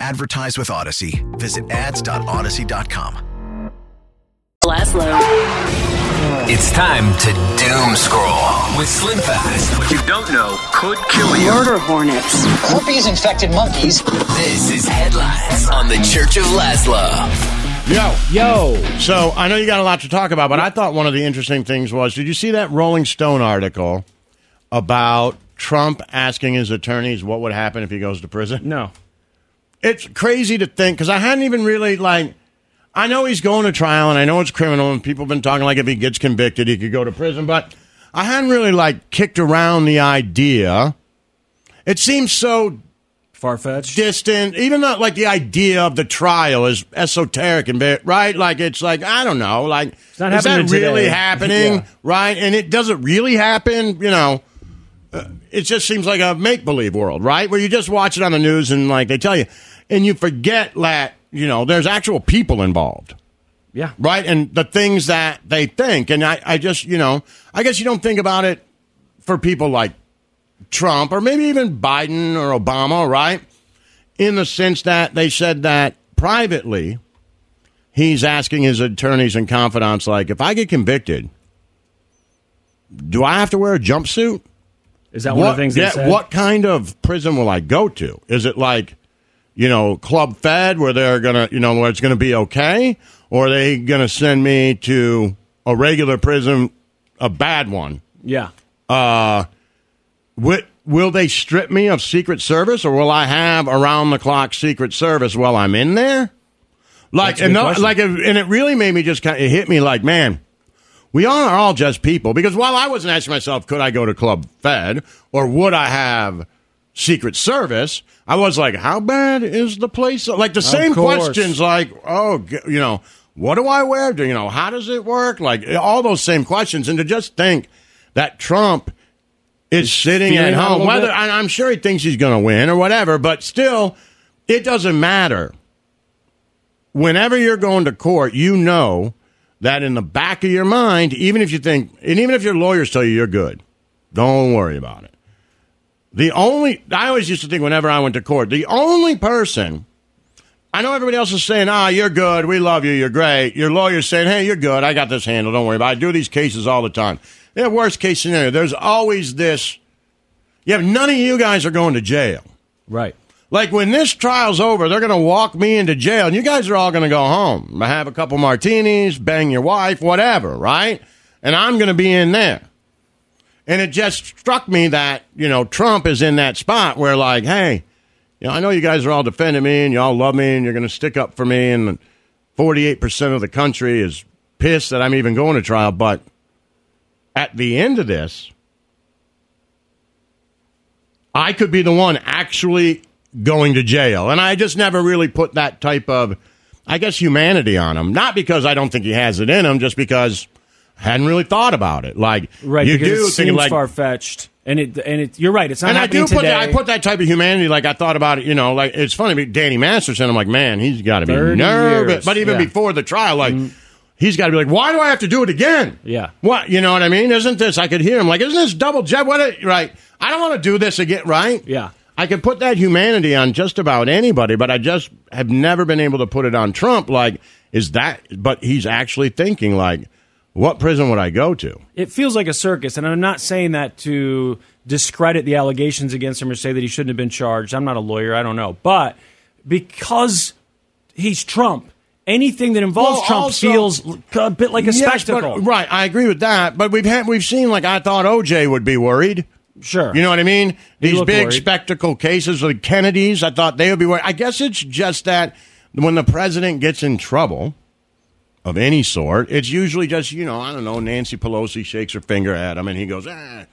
H: Advertise with Odyssey. Visit ads.odyssey.com.
G: Laszlo.
I: It's time to doom scroll with Slim Fast. What you don't know could kill you.
G: Murder hornets.
J: Herpes infected monkeys.
I: This is headlines on the Church of Laszlo.
E: Yo.
F: Yo,
E: So I know you got a lot to talk about, but I thought one of the interesting things was did you see that Rolling Stone article about Trump asking his attorneys what would happen if he goes to prison?
F: no.
E: It's crazy to think because I hadn't even really like. I know he's going to trial and I know it's criminal and people have been talking like if he gets convicted he could go to prison, but I hadn't really like kicked around the idea. It seems so
F: Far fetched.
E: distant. Even though, like, the idea of the trial is esoteric and bit, right? Like, it's like I don't know. Like,
F: not
E: is that
F: happening today.
E: really happening?
F: Yeah.
E: Right? And it doesn't really happen. You know, Uh, it just seems like a make believe world, right? Where you just watch it on the news and like they tell you, and you forget that you know there's actual people involved
F: Yeah.
E: right? And the things that they think. And I, I just, you know, I guess you don't think about it for people like Trump or maybe even Biden or Obama, right? In the sense that they said that privately, he's asking his attorneys and confidants, like, if I get convicted, do I have to wear a jumpsuit?
F: Is that one of the things they
E: yeah,
F: said?
E: What kind of prison will I go to? Is it like, you know, Club Fed where they're gonna, you know, where it's gonna be okay, or are they gonna send me to a regular prison, a bad one?
F: Yeah.
E: Will, will they strip me of Secret Service, or will I have around the clock Secret Service while I'm in there? Like,
F: That's a
E: and
F: good
E: no,
F: question.
E: like, it- and it really made me just kind of it hit me like, man, we all are all just people. Because while I wasn't asking myself, could I go to Club Fed or would I have Secret Service? I was like, how bad is the place? Like the same
F: course.
E: questions, like, oh, g- you know, what do I wear? Do you know how does it work? Like all those same questions, and to just think that Trump is sitting
F: feeling
E: at
F: it a
E: home,
F: little
E: whether
F: bit.
E: and I'm sure he thinks he's going to win or whatever, but still, it doesn't matter. Whenever you're going to court, you know that in the back of your mind, even if you think, and even if your lawyers tell you you're good, don't worry about it. The only, I always used to think whenever I went to court, the only person, I know everybody else is saying, ah, you're good, we love you, you're great. Your lawyer's saying, hey, you're good, I got this handled, don't worry about it. I do these cases all the time. Yeah, worst case scenario, there's always this, yeah, none of you guys are going to jail.
F: Right.
E: Like when this trial's over, they're going to walk me into jail, and you guys are all going to go home, have a couple martinis, bang your wife, whatever, right? And I'm going to be in there. And it just struck me that you know Trump is in that spot where like, hey, you know, I know you guys are all defending me, and you all love me, and you're going to stick up for me, and 48 percent of the country is pissed that I'm even going to trial, but at the end of this. I could be the one actually going to jail. And I just never really put that type of, I guess, humanity on him. Not because I don't think he has it in him, just because I hadn't really thought about it. Like,
F: Right.
E: you
F: because
E: do
F: it
E: think
F: seems
E: like,
F: far fetched, and it and it. You're right. It's not
E: and I
F: happening
E: do put
F: today.
E: that, I put that type of humanity. Like I thought about it, you know, like it's funny. but Danny Masterson, I'm like, man, he's got to be
F: 30
E: nervous.
F: years,
E: But even
F: yeah. Mm.
E: before the trial, like. He's got to be like, why do I have to do it again?
F: Yeah.
E: What? You know what I mean? Isn't this? I could hear him like, isn't this double jab? What? it- Right. I don't want to do this again. Right.
F: Yeah.
E: I could put that humanity on just about anybody, but I just have never been able to put it on Trump. Like, is that? But he's actually thinking like, what prison would I go to?
F: it feels like a circus, and I'm not saying that to discredit the allegations against him or say that he shouldn't have been charged. I'm not a lawyer. I don't know. But because he's Trump, anything that involves
E: Well,
F: Trump
E: also-
F: feels a bit like a
E: Yes, but-
F: spectacle.
E: right, I agree with that. But we've had we've seen like I thought OJ would be worried.
F: Sure.
E: You know what I mean?
F: He
E: These
F: looked
E: big
F: worried.
E: spectacle cases like Kennedy's, I thought they would be worried. I guess it's just that when the president gets in trouble of any sort, it's usually just, you know, I don't know, Nancy Pelosi shakes her finger at him and he goes, ah,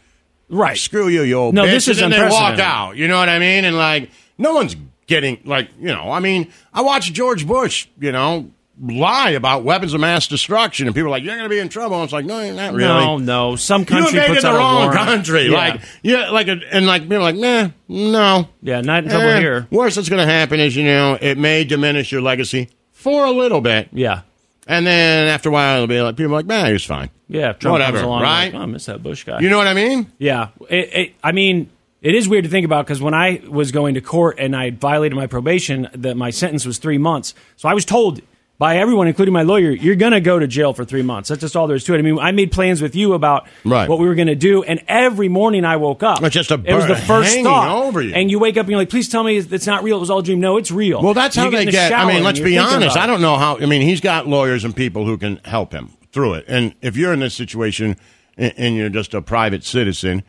F: Right.
E: screw you, you old
F: No,
E: bitch.
F: this is
E: and then they walk
F: unprecedented.
E: out. You know what I mean? And like, no one's getting like, you know, I mean, I watched George Bush, you know, lie about weapons of mass destruction, and people are like, you're going to be in trouble. And it's like, no, you're not really.
F: No, no. Some
E: You
F: country
E: invaded
F: puts
E: the
F: out a
E: wrong
F: warrant.
E: country,
F: Yeah.
E: like yeah, like a, and like people are like nah, no,
F: Yeah, not in trouble
E: Eh,
F: here.
E: Worst that's going to happen is you know it may diminish your legacy for a little bit,
F: yeah,
E: and then after a while it'll be like people are like nah, he was fine,
F: yeah. if Trump
E: whatever,
F: comes along,
E: right?
F: like, "Oh, I miss that Bush guy.
E: you know what I mean?
F: Yeah, it, it, I mean, it is weird to think about because when I was going to court and I violated my probation, that my sentence was three months. So I was told by everyone, including my lawyer, you're going to go to jail for three months. That's just all there is to it. I mean, I made plans with you about
E: Right.
F: what we were going to do, and every morning I woke up,
E: It's just a
F: it was the
E: burden
F: first
E: hanging
F: thought
E: over you.
F: and you wake up and you're like, please tell me it's not real. It was all a dream. No, it's real.
E: Well, that's
F: You
E: how
F: in
E: they
F: the
E: get. I
F: shower
E: mean,
F: and
E: let's
F: you're
E: be
F: thinking
E: honest.
F: about
E: I
F: it.
E: don't know how. I mean, he's got lawyers and people who can help him through it. And if you're in this situation and, and you're just a private citizen,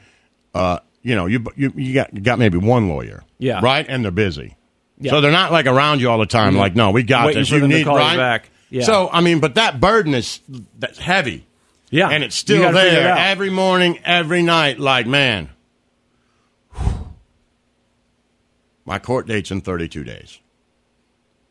E: uh, you know, you you, you got you got maybe one lawyer,
F: Yeah.
E: right, and they're busy,
F: Yeah.
E: so they're not like around you all the time. Like, no, we got
F: Waiting
E: this.
F: for
E: you
F: them to
E: need
F: call you
E: right?
F: back. Yeah.
E: So I mean, but that burden is that's heavy.
F: Yeah,
E: And it's
F: You
E: still
F: gotta figure it
E: there
F: out.
E: every morning, every night. Like, man, my court date's in 32 days.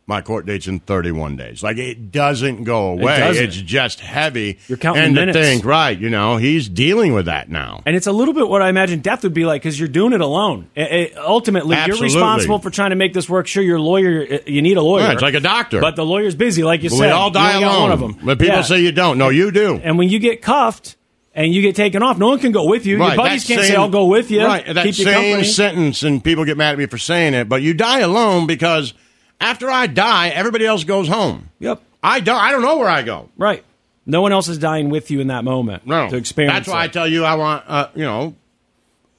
E: My court date's in 31 days. Like, it doesn't go away.
F: doesn't.
E: It's just heavy.
F: You're counting
E: And
F: the
E: to
F: minutes.
E: think, right, you know, he's dealing with that now.
F: And it's a little bit what I imagine death would be like because you're doing it alone. I- I- ultimately,
E: Absolutely.
F: you're responsible for trying to make this work. Sure, your lawyer, uh, you need a lawyer.
E: Yeah, it's like a doctor.
F: But the lawyer's busy, like you
E: we
F: said.
E: all
F: You
E: die
F: only got
E: alone.
F: One of them.
E: But people
F: Yeah.
E: say you don't. No, you do.
F: And when you get cuffed and you get taken off, no one can go with you.
E: Right,
F: your buddies
E: that
F: can't say,
E: same-
F: I'll go with you.
E: Right, that
F: keep you
E: same
F: company.
E: sentence, and people get mad at me for saying it, but you die alone because after I die, everybody else goes home.
F: Yep.
E: I don't. I don't know where I go.
F: Right. No one else is dying with you in that moment
E: No,
F: to experience
E: That's why I
F: it.
E: tell you I want. Uh, you know,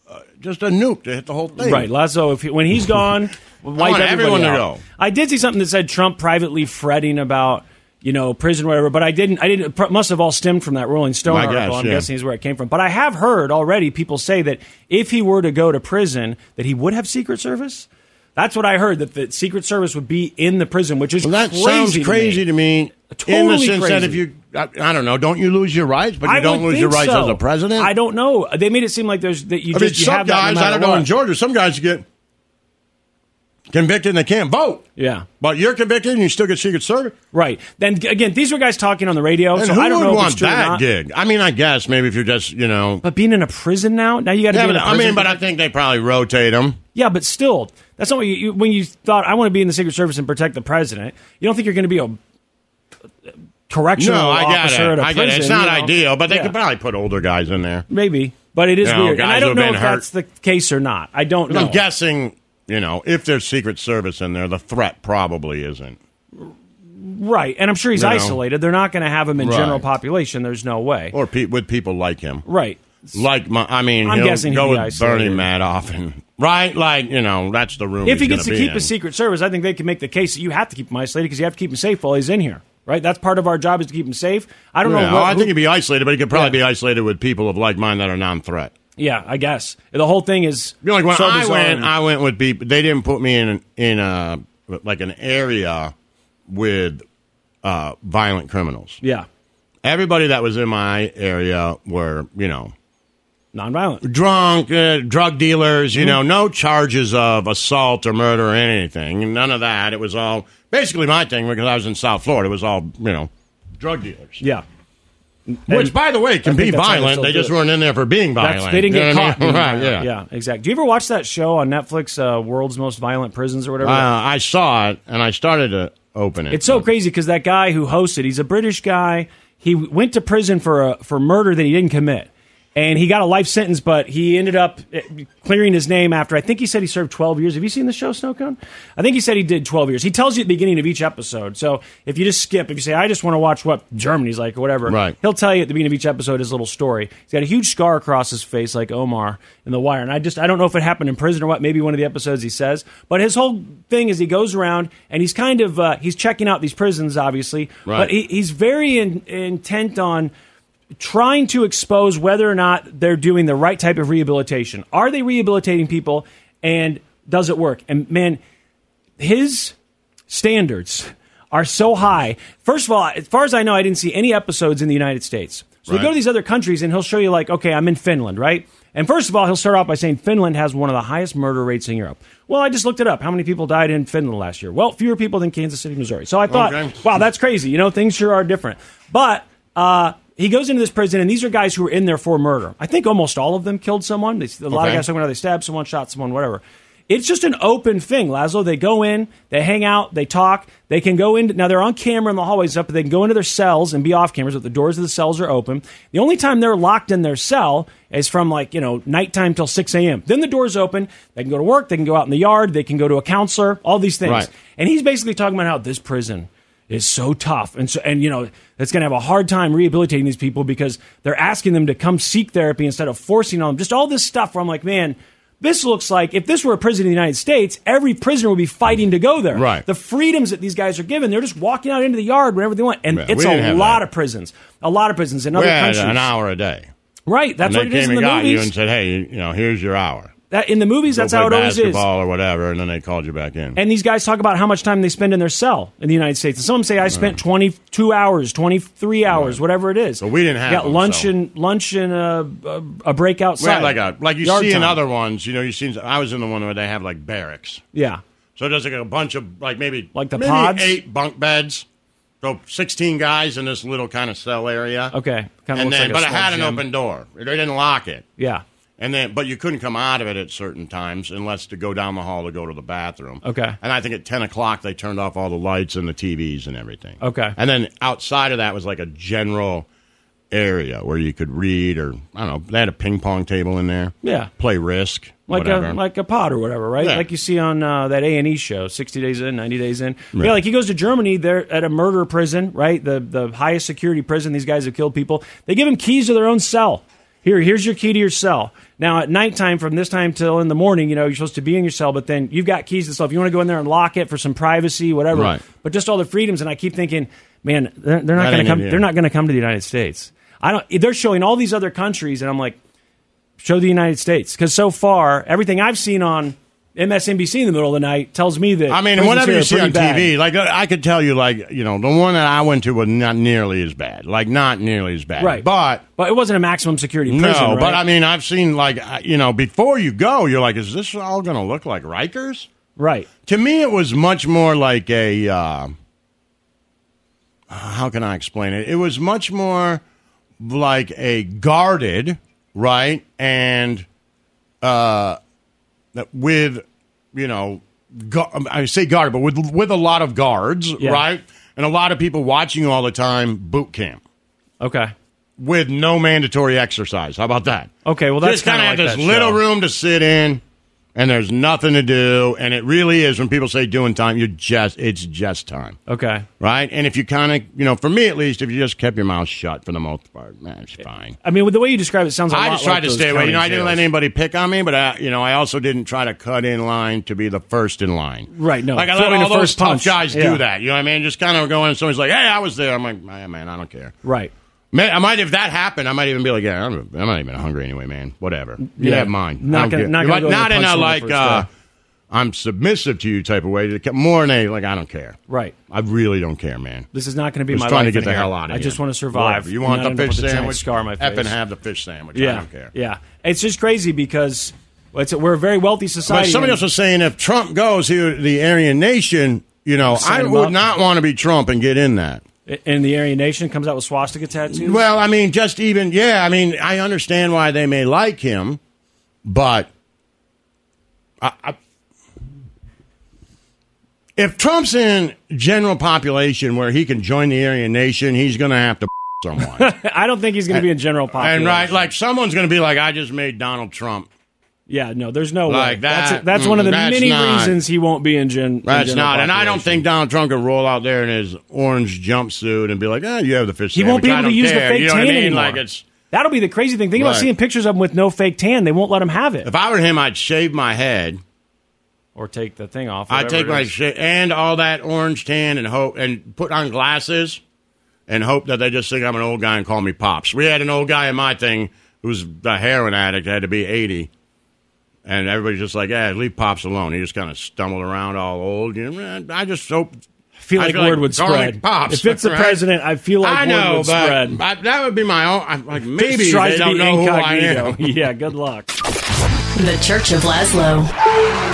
E: uh, just a nuke to hit the whole thing.
F: Right, Lazo. If he, when he's gone, wipe
E: want
F: everybody
E: everyone to
F: out.
E: go.
F: I did see something that said Trump privately fretting about you know prison or whatever, but I didn't. I didn't. It pr- must have all stemmed from that Rolling Stone
E: My
F: article.
E: guess,
F: I'm
E: yeah.
F: guessing is where it came from. But I have heard already people say that if he were to go to prison, that he would have Secret Service. That's what I heard. That the Secret Service would be in the prison, which is
E: Well, that
F: crazy
E: sounds
F: to
E: crazy to me. in the
F: Totally
E: sense that
F: crazy.
E: if you, I, I don't know, don't you lose your rights? But you
F: I
E: don't
F: would
E: lose your
F: think
E: rights
F: so.
E: as a president.
F: I don't know. They made it seem like there's that you
E: I
F: just
E: mean,
F: you
E: some
F: have that no
E: guys. I
F: matter
E: don't know
F: what.
E: in Georgia. Some guys get convicted and they can't vote.
F: Yeah.
E: But you're convicted and you still get Secret Service.
F: Right. Then again, these were guys talking on the radio,
E: And
F: so
E: who
F: I don't
E: would
F: know if
E: want
F: it's true or
E: that
F: not.
E: gig? I mean, I guess maybe if you're just you know.
F: But being in a prison now, now you got to
E: Yeah,
F: be
E: but,
F: in a
E: I
F: prison.
E: mean, but I think they probably rotate them.
F: yeah, but still, that's not what you, you when you thought I want to be in the Secret Service and protect the president. You don't think you're going to be a correctional
E: No, I got it.
F: officer at a
E: I get
F: prison.
E: it. It's not
F: you know?
E: ideal, but they
F: Yeah.
E: could probably put older guys in there.
F: maybe. But it is
E: No,
F: weird, and
E: guys
F: I don't
E: who've
F: know if
E: been hurt.
F: that's the case or not. I don't know.
E: I'm guessing, you know, if there's Secret Service in there, the threat probably isn't.
F: right, and I'm sure he's
E: You know.
F: isolated. They're not going to have him in general
E: Right.
F: population. There's no way.
E: Or pe- with people like him.
F: Right.
E: Like my, I mean,
F: I'm
E: he'll
F: guessing
E: go
F: he'd be
E: with
F: isolated.
E: Bernie Madoff and right, like you know, that's the room.
F: If he
E: he's
F: gets to
E: gonna be
F: keep
E: in.
F: his Secret Service, I think they can make the case that you have to keep him isolated because you have to keep him safe while he's in here. Right. That's part of our job is to keep him safe. I don't
E: Yeah,
F: know. What,
E: I
F: who-
E: think he'd be isolated, but he could probably be isolated with people of like mind that are non-threat.
F: Yeah, I guess the whole thing is.
E: You know, like when
F: so
E: I
F: bizarre.
E: went, I went with people. They didn't put me in in a like an area with uh, violent criminals.
F: yeah,
E: Everybody that was in my area were, you know,
F: nonviolent.
E: drunk, uh, drug dealers,
F: Mm-hmm.
E: you know, no charges of assault or murder or anything. None of that. It was all basically my thing because I was in South Florida. It was all, you know, drug dealers.
F: Yeah,
E: Which, by the way, can
F: I think
E: be
F: that's how they
E: violent.
F: still
E: They
F: do
E: just
F: it.
E: weren't in there for being violent.
F: that's, they didn't
E: You
F: get
E: know what
F: caught.
E: I mean? right,
F: being
E: yeah.
F: violent. yeah, exactly. Do you ever watch that show on Netflix, uh, World's Most Violent Prisons or whatever?
E: Uh, I saw it and I started to open it.
F: it's so
E: but-
F: crazy because that guy who hosted, he's a British guy. He went to prison for a, for murder that he didn't commit. and he got a life sentence, but he ended up eh, clearing his name after I think he said he served 12 years. Have you seen the show Snow Cone? I think he said he did 12 years. He tells you at the beginning of each episode. So if you just skip, if you say I just want to watch what Germany's like or whatever,
E: Right.
F: He'll tell you at the beginning of each episode his little story. He's got a huge scar across his face like Omar in The Wire, and I just I don't know if it happened in prison or what. Maybe one of the episodes he says, but his whole thing is he goes around and he's kind of uh, he's checking out these prisons, obviously,
E: Right.
F: but he, he's very in, intent on trying to expose whether or not they're doing the right type of rehabilitation. Are they rehabilitating people and does it work? And man, his standards are so high. First of all, as far as I know, I didn't see any episodes in the United States. So we
E: Right.
F: go to these other countries and he'll show you like, okay, I'm in Finland, right? And first of all, he'll start off by saying Finland has one of the highest murder rates in Europe. Well, I just looked it up. How many people died in Finland last year? Well, fewer people than Kansas City, Missouri. So I thought,
E: Okay.
F: wow, that's crazy. You know, things sure are different. But uh, he goes into this prison, and these are guys who are in there for murder. I think almost all of them killed someone. They, a lot of
E: Okay.
F: guys talking about how they stabbed someone, shot someone, whatever. It's just an open thing, Laszlo. They go in, they hang out, they talk. They can go in. Now they're on camera in the hallways up, but they can go into their cells and be off cameras. But the doors of the cells are open. The only time they're locked in their cell is from like you know nighttime till six a.m. Then the doors open. They can go to work. They can go out in the yard. They can go to a counselor. All these things.
E: Right.
F: And he's basically talking about how this prison is so tough and so and you know it's going to have a hard time rehabilitating these people because they're asking them to come seek therapy instead of forcing on them. Just all this stuff where I'm like, man, this looks like if this were a prison in the United States, every prisoner would be fighting to go there.
E: Right.
F: The freedoms that these guys are given, they're just walking out into the yard whenever they want, and
E: Yeah,
F: it's
E: we didn't
F: a
E: have
F: lot
E: that.
F: of prisons, a lot of prisons in
E: We
F: other
E: had
F: countries.
E: an hour a day.
F: Right. That's what
E: and
F: it
E: they
F: is
E: came
F: in
E: and
F: the
E: got
F: movies.
E: you and said, "Hey, you know, here's your hour.
F: that, in the movies, that's
E: Go
F: how it
E: play
F: always is.
E: basketball or whatever." And then they called you back in.
F: And these guys talk about how much time they spend in their cell in the United States. And some say I spent 22 hours, 23 hours, whatever it is. So
E: we didn't have
F: got
E: them,
F: lunch
E: so-
F: and lunch and uh, a, a break
E: we had
F: outside.
E: like a like you
F: Yard
E: see in
F: time.
E: other ones. You know, you seen. I was in the one where they have like barracks.
F: Yeah,
E: So there's like a bunch of like maybe
F: Like the
E: maybe
F: pods?
E: eight bunk beds. So sixteen guys in this little kind of cell area.
F: Okay. Kinda
E: and
F: looks
E: then,
F: like a
E: but it
F: small
E: had an
F: gym.
E: open door. They didn't lock it.
F: yeah.
E: And then, but you couldn't come out of it at certain times unless to go down the hall to go to the bathroom.
F: Okay.
E: And I think at 10 o'clock, they turned off all the lights and the TVs and everything.
F: Okay.
E: And then outside of that was like a general area where you could read or, I don't know, they had a ping pong table in there.
F: Yeah.
E: Play Risk.
F: Like
E: whatever.
F: a like a pod or whatever, right?
E: Yeah.
F: Like you see on uh, that A and E show, sixty days in, ninety days in. Yeah, like he goes to Germany. They're at a murder prison, right? The the highest security prison. These guys have killed people. They give him keys to their own cell. Here, here's your key to your cell. Now at nighttime, from this time till in the morning, you know you're supposed to be in your cell, but then you've got keys and stuff. You want to go in there and lock it for some privacy, whatever.
E: Right.
F: But just all the freedoms, and I keep thinking, man, they're, they're
E: That
F: not going
E: ain't
F: to come.
E: it, yeah.
F: They're not going to come to the United States. I don't. They're showing all these other countries, and I'm like, show the United States. Because so far, everything I've seen on MSNBC in the middle of the night tells me that.
E: I mean,
F: prisons
E: whenever
F: here
E: you
F: are
E: see
F: pretty
E: on
F: bad.
E: TV, like uh, I could tell you, like you know, the one that I went to was not nearly as bad, like not nearly as bad,
F: right?
E: But
F: but it wasn't a maximum security prison.
E: no,
F: right?
E: but I mean, I've seen like I- you know, before you go, you're like, is this all going to look like Rikers?
F: right?
E: To me, it was much more like a. Uh, how can I explain it? It was much more like a guarded, right, and uh, that with you know, gu- I say guarded, but with with a lot of guards,
F: Yeah.
E: right, and a lot of people watching you all the time. Boot camp
F: Okay,
E: with no mandatory exercise. How about that?
F: Okay, well, that's
E: just kinda
F: kinda
E: have
F: like
E: this
F: that
E: little
F: show.
E: room to sit in, and there's nothing to do. And it really is when people say doing time, you're just it's just time,
F: okay.
E: right? And if you kind of you know, for me at least, if you just kept your mouth shut for the most part, that's fine.
F: I mean, with the way you describe it, it sounds. I
E: I just tried to stay away. You know, I didn't let anybody pick on me, but I, you know, I also didn't try to cut in line to be the first in line.
F: Right, no,
E: like I let
F: throwing
E: all
F: the
E: those
F: first
E: tough
F: punch.
E: guys
F: Yeah.
E: do that. You know what I mean? Just kind of going. Somebody's like, "Hey, I was there." I'm like, "Man, man, I don't care."
F: Right.
E: Man, I might if that happened, I might even be like, yeah, I'm, I'm not even hungry anyway, man. Whatever, you
F: Yeah.
E: have mine.
F: Not
E: I don't
F: gonna-
E: care.
F: not gonna
E: But
F: go to
E: not
F: the
E: in a
F: punchline the
E: like
F: first
E: uh,
F: day.
E: I'm submissive to you type of way. More in a like I don't care.
F: Right.
E: I really don't care, man.
F: This is not going to be
E: Just
F: my
E: trying
F: life
E: to get the
F: anymore.
E: hell out of
F: I
E: here.
F: just want to survive.
E: Whatever. You
F: and
E: want
F: not
E: the
F: end up
E: fish
F: with a giant
E: sandwich?
F: Scar on my face.
E: F and have the fish sandwich. I don't care.
F: Yeah, it's just crazy because well, it's a, we're a very wealthy society.
E: But somebody
F: and-
E: else was saying if Trump goes here, the Aryan Nation. You know,
F: Sign
E: I
F: him
E: would
F: up.
E: not want to be Trump and get in that.
F: and the Aryan Nation comes out with swastika tattoos.
E: Well, I mean, just even yeah. I mean, I understand why they may like him, but I, I, if Trump's in general population where he can join the Aryan Nation, he's going to have to someone.
F: I don't think he's going to be in general population.
E: and right, like someone's going to be like, I just made Donald Trump.
F: Yeah, no, there's no way.
E: Like
F: That's
E: that.
F: that's one of
E: Mm,
F: the
E: that's
F: many
E: not-
F: reasons he won't be in gen. in
E: That's
F: general
E: not, and I don't
F: population.
E: think Donald Trump could roll out there in his orange jumpsuit and be like, "Ah, you have the fish."
F: He won't be
E: sandwich.
F: able to
E: I
F: use
E: don't care.
F: the fake
E: you know
F: tan
E: what I mean?
F: anymore.
E: Like it's,
F: That'll be the crazy thing. Think about
E: Right.
F: seeing pictures of him with no fake tan. They won't let him have it.
E: if I were him, I'd shave my head.
F: Or take the thing off.
E: I'd
F: whatever
E: take
F: it
E: my
F: is.
E: sh- and all that orange tan and hope and put on glasses and hope that they just think I'm an old guy and call me pops. We had an old guy in my thing who was a heroin addict, had to be 80. And everybody's just like, "Yeah, leave pops alone." He just kind of stumbled around all old. You know, I just hope
F: I feel
E: I
F: like
E: feel
F: word
E: like
F: would
E: garlic
F: spread.
E: pops,
F: if it's the
E: right?
F: president, I feel like
E: I
F: word
E: know,
F: would
E: but
F: spread.
E: I- that would be my own. I'm like maybe
F: Just tries
E: they
F: to
E: don't
F: be
E: know who I
F: incognito.
E: am.
F: Yeah, good luck.
G: The Church of Laszlo.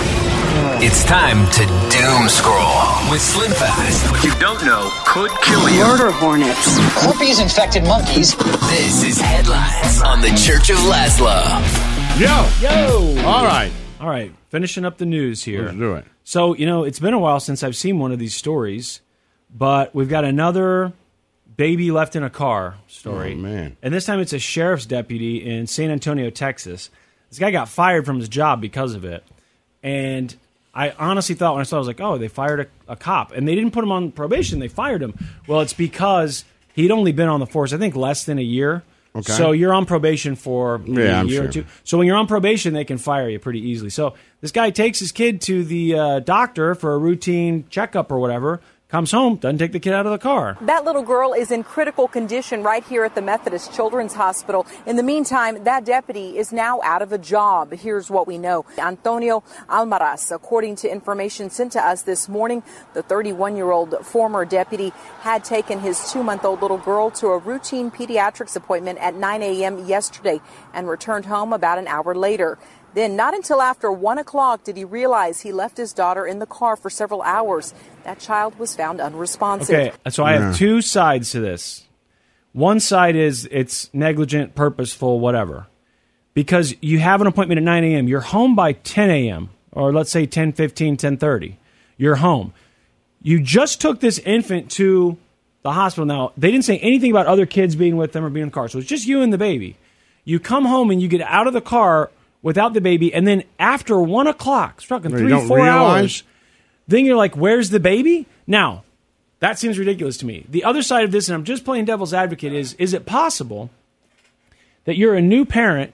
I: It's time to doom scroll with Slim Fast. What you don't know could kill you.
J: Murder hornets.
G: Corpies infected monkeys.
I: This is headlines on the Church of Laszlo.
E: Yo,
F: Yo.
E: all right,
F: All right, finishing up the news here.
E: Let's do it.
F: So, you know, it's been a while since I've seen one of these stories, but we've got another baby left in a car story.
E: Oh, man.
F: Mm. And this time it's a sheriff's deputy in San Antonio, Texas. This guy got fired from his job because of it. And I honestly thought when I saw it, I was like, oh, they fired a, a cop. And they didn't put him on probation, they fired him. Well, it's because he'd only been on the force, I think, less than a year.
E: Okay.
F: So you're on probation for maybe
E: Yeah,
F: a
E: I'm
F: year or
E: sure.
F: two. So when you're on probation, they can fire you pretty easily. So this guy takes his kid to the uh, doctor for a routine checkup or whatever. Comes home, doesn't take the kid out of the car.
K: That little girl is in critical condition right here at the Methodist Children's Hospital. In the meantime, that deputy is now out of a job. Here's what we know. Antonio Almaraz, according to information sent to us this morning, the 31 year old former deputy had taken his two month old little girl to a routine pediatrics appointment at 9 a.m. yesterday and returned home about an hour later. Then, not until after 1 o'clock did he realize he left his daughter in the car for several hours. That child was found unresponsive.
F: Okay, so I have two sides to this. One side is it's negligent, purposeful, whatever. Because you have an appointment at 9 a.m. You're home by 10 a.m. or let's say 10, 15, 10, 30. You're home. You just took this infant to the hospital. Now, they didn't say anything about other kids being with them or being in the car. So it's just you and the baby. You come home and you get out of the car without the baby. And then after 1 o'clock, struck in
E: You
F: three,
E: don't
F: four
E: realize?
F: hours, then you're like, where's the baby? Now, that seems ridiculous to me. The other side of this, and I'm just playing devil's advocate, is is it possible that you're a new parent,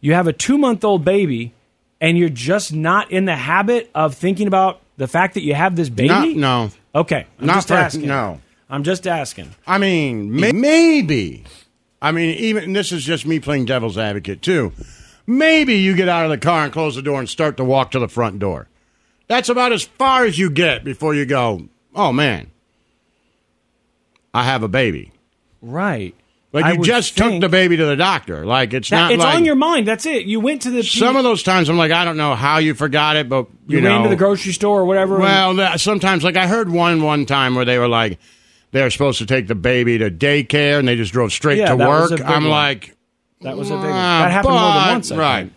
F: you have a two month old baby, and you're just not in the habit of thinking about the fact that you have this baby?
E: No, no.
F: Okay. I'm
E: Not
F: just
E: for-
F: asking.
E: no.
F: I'm just asking.
E: I mean, may- maybe. I mean, even and this is just me playing devil's advocate too. Maybe you get out of the car and close the door and start to walk to the front door. That's about as far as you get before you go. Oh man, I have a baby.
F: Right.
E: Like
F: I
E: you
F: would
E: just
F: think
E: took the baby to the doctor. Like it's
F: that-
E: not.
F: it's
E: like,
F: on your mind. That's it. You went to the
E: Some of those times I'm like, I don't know how you forgot it, but you,
F: you,
E: know,
F: ran to the grocery store or whatever. and-
E: Well, that, sometimes, like I heard one one time where they were like, they were supposed to take the baby to daycare and they just drove straight
F: Yeah,
E: to
F: that was
E: work.
F: a big
E: I'm
F: one.
E: like,
F: that was a big one.
E: "Ah,
F: That happened more
E: but-"
F: than once. I
E: right?
F: think.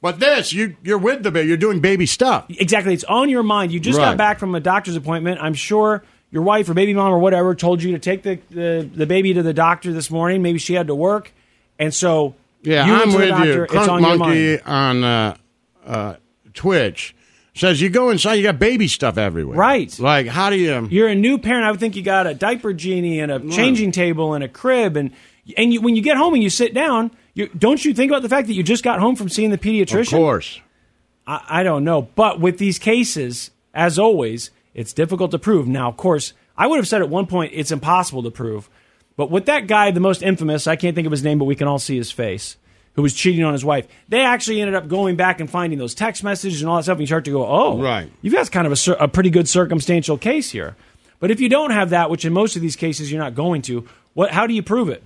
E: But this, you you're with the baby, you're doing baby stuff.
F: Exactly. It's on your mind. You just got
E: Right.
F: back from a doctor's appointment. I'm sure your wife or baby mom or whatever told you to take the, the, the baby to the doctor this morning. Maybe she had to work. And so
E: Yeah,
F: you went
E: I'm
F: to the
E: with
F: doctor.
E: you.
F: It's
E: Crunk
F: on your mind.
E: Monkey on uh, uh, Twitch says you go inside, you got baby stuff everywhere.
F: Right.
E: Like how do you?
F: You're a new parent. I would think you got a diaper genie and a changing table and a crib. And, and you, when you get home and you sit down, you, don't you think about the fact that you just got home from seeing the pediatrician?
E: Of course.
F: I, I don't know. But with these cases, as always, it's difficult to prove. Now, of course, I would have said at one point it's impossible to prove. But with that guy, the most infamous, I can't think of his name, but we can all see his face, who was cheating on his wife, they actually ended up going back and finding those text messages and all that stuff. And you start to go, oh,
E: Right.
F: You've got kind of a, cir- a pretty good circumstantial case here. But if you don't have that, which in most of these cases you're not going to, what, how do you prove it?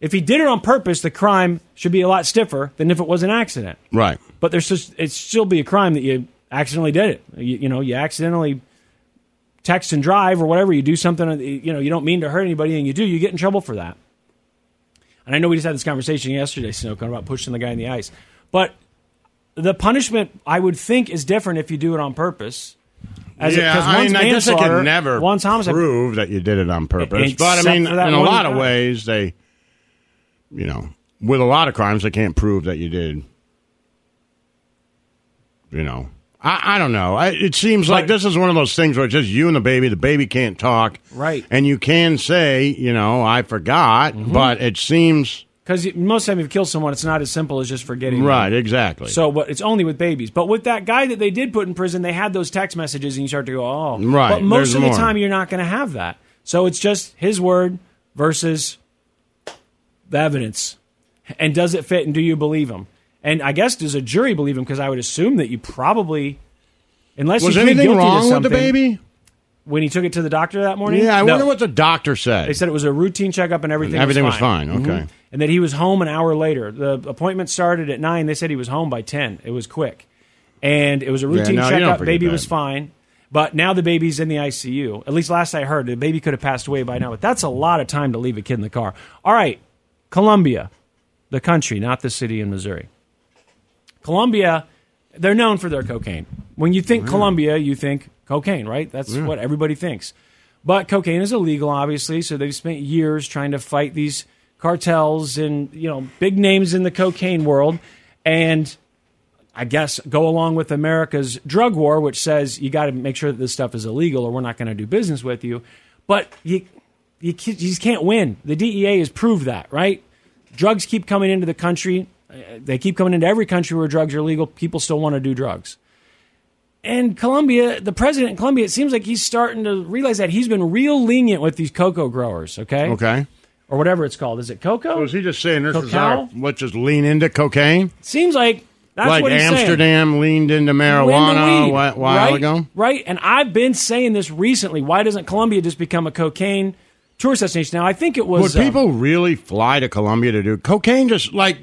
F: If he did it on purpose, the crime should be a lot stiffer than if it was an accident
E: Right.
F: but there's just it still be a crime that you accidentally did it. You, you know, you accidentally text and drive or whatever. You do something, uh, you know, you don't mean to hurt anybody, and you do, you get in trouble for that. And I know we just had this conversation yesterday, Snooker, about pushing the guy in the ice, but the punishment I would think is different if you do it on purpose As
E: yeah,
F: because
E: I
F: one's
E: mean, I guess I
F: manslaughter,
E: could never
F: one's homicide.
E: prove that you did it on purpose. But
F: Except
E: I mean,
F: for that
E: in a
F: one
E: lot of
F: guy.
E: ways, they, you know, with a lot of crimes, they can't prove that you did. You know, I, I don't know. I, it seems like this is one of those things where it's just you and the baby. The baby can't talk,
F: Right. Mm-hmm.
E: And you can say, you know, I forgot, but it seems
F: Because most of the time, if you kill someone, it's not as simple as just forgetting. them.
E: right, exactly.
F: Mm-hmm. So what, it's only with babies. But with that guy that they did put in prison, they had those text messages, and you start to go, oh.
E: Right,
F: But most
E: there's
F: of the
E: more.
F: time, you're not going to have that. So it's just his word versus the evidence. And does it fit, and do you believe him? And I guess, does a jury believe him? Because I would assume that you probably, unless
E: was
F: you plead
E: anything
F: guilty to
E: wrong with the
F: something-
E: baby?
F: When he took it to the doctor that morning?
E: Yeah, I
F: No.
E: wonder what the doctor said.
F: They said it was a routine checkup and everything.
E: Everything
F: was
E: was
F: fine.
E: fine, okay.
F: Mhm. And that he was home an hour later. The appointment started at nine. They said he was home by ten. It was quick, and it was a
E: Yeah,
F: routine
E: no, you don't
F: checkup.
E: forget
F: Baby
E: that.
F: was fine, but now the baby's in the ICU. At least last I heard, the baby could have passed away by now. But that's a lot of time to leave a kid in the car. All right, Columbia, the country, not the city in Missouri. Columbia, they're known for their cocaine. When you think Columbia, you think cocaine, right? That's what everybody thinks. But cocaine is illegal, obviously, so they've spent years trying to fight these cartels and you know big names in the cocaine world, and I guess go along with America's drug war, which says you got to make sure that this stuff is illegal, or we're not going to do business with you. But you, you, ca- you just can't win. The DEA has proved that, right? Drugs keep coming into the country. Uh, They keep coming into every country where drugs are legal. People still want to do drugs. And Colombia, the president in Colombia, it seems like he's starting to realize that he's been real lenient with these cocoa growers, okay?
E: okay.
F: Or whatever it's called. Is it cocoa?
E: Was he just saying this is
F: Cacao?
E: our, let's just lean into cocaine?
F: Seems like that's
E: like
F: what he's saying.
E: Amsterdam leaned into marijuana
F: Win the
E: a
F: weed,
E: whi- while
F: right?
E: ago?
F: Right. And I've been saying this recently. Why doesn't Colombia just become a cocaine tourist destination? Now, I think it was
E: Would
F: um,
E: people really fly to Colombia to do cocaine? Just like,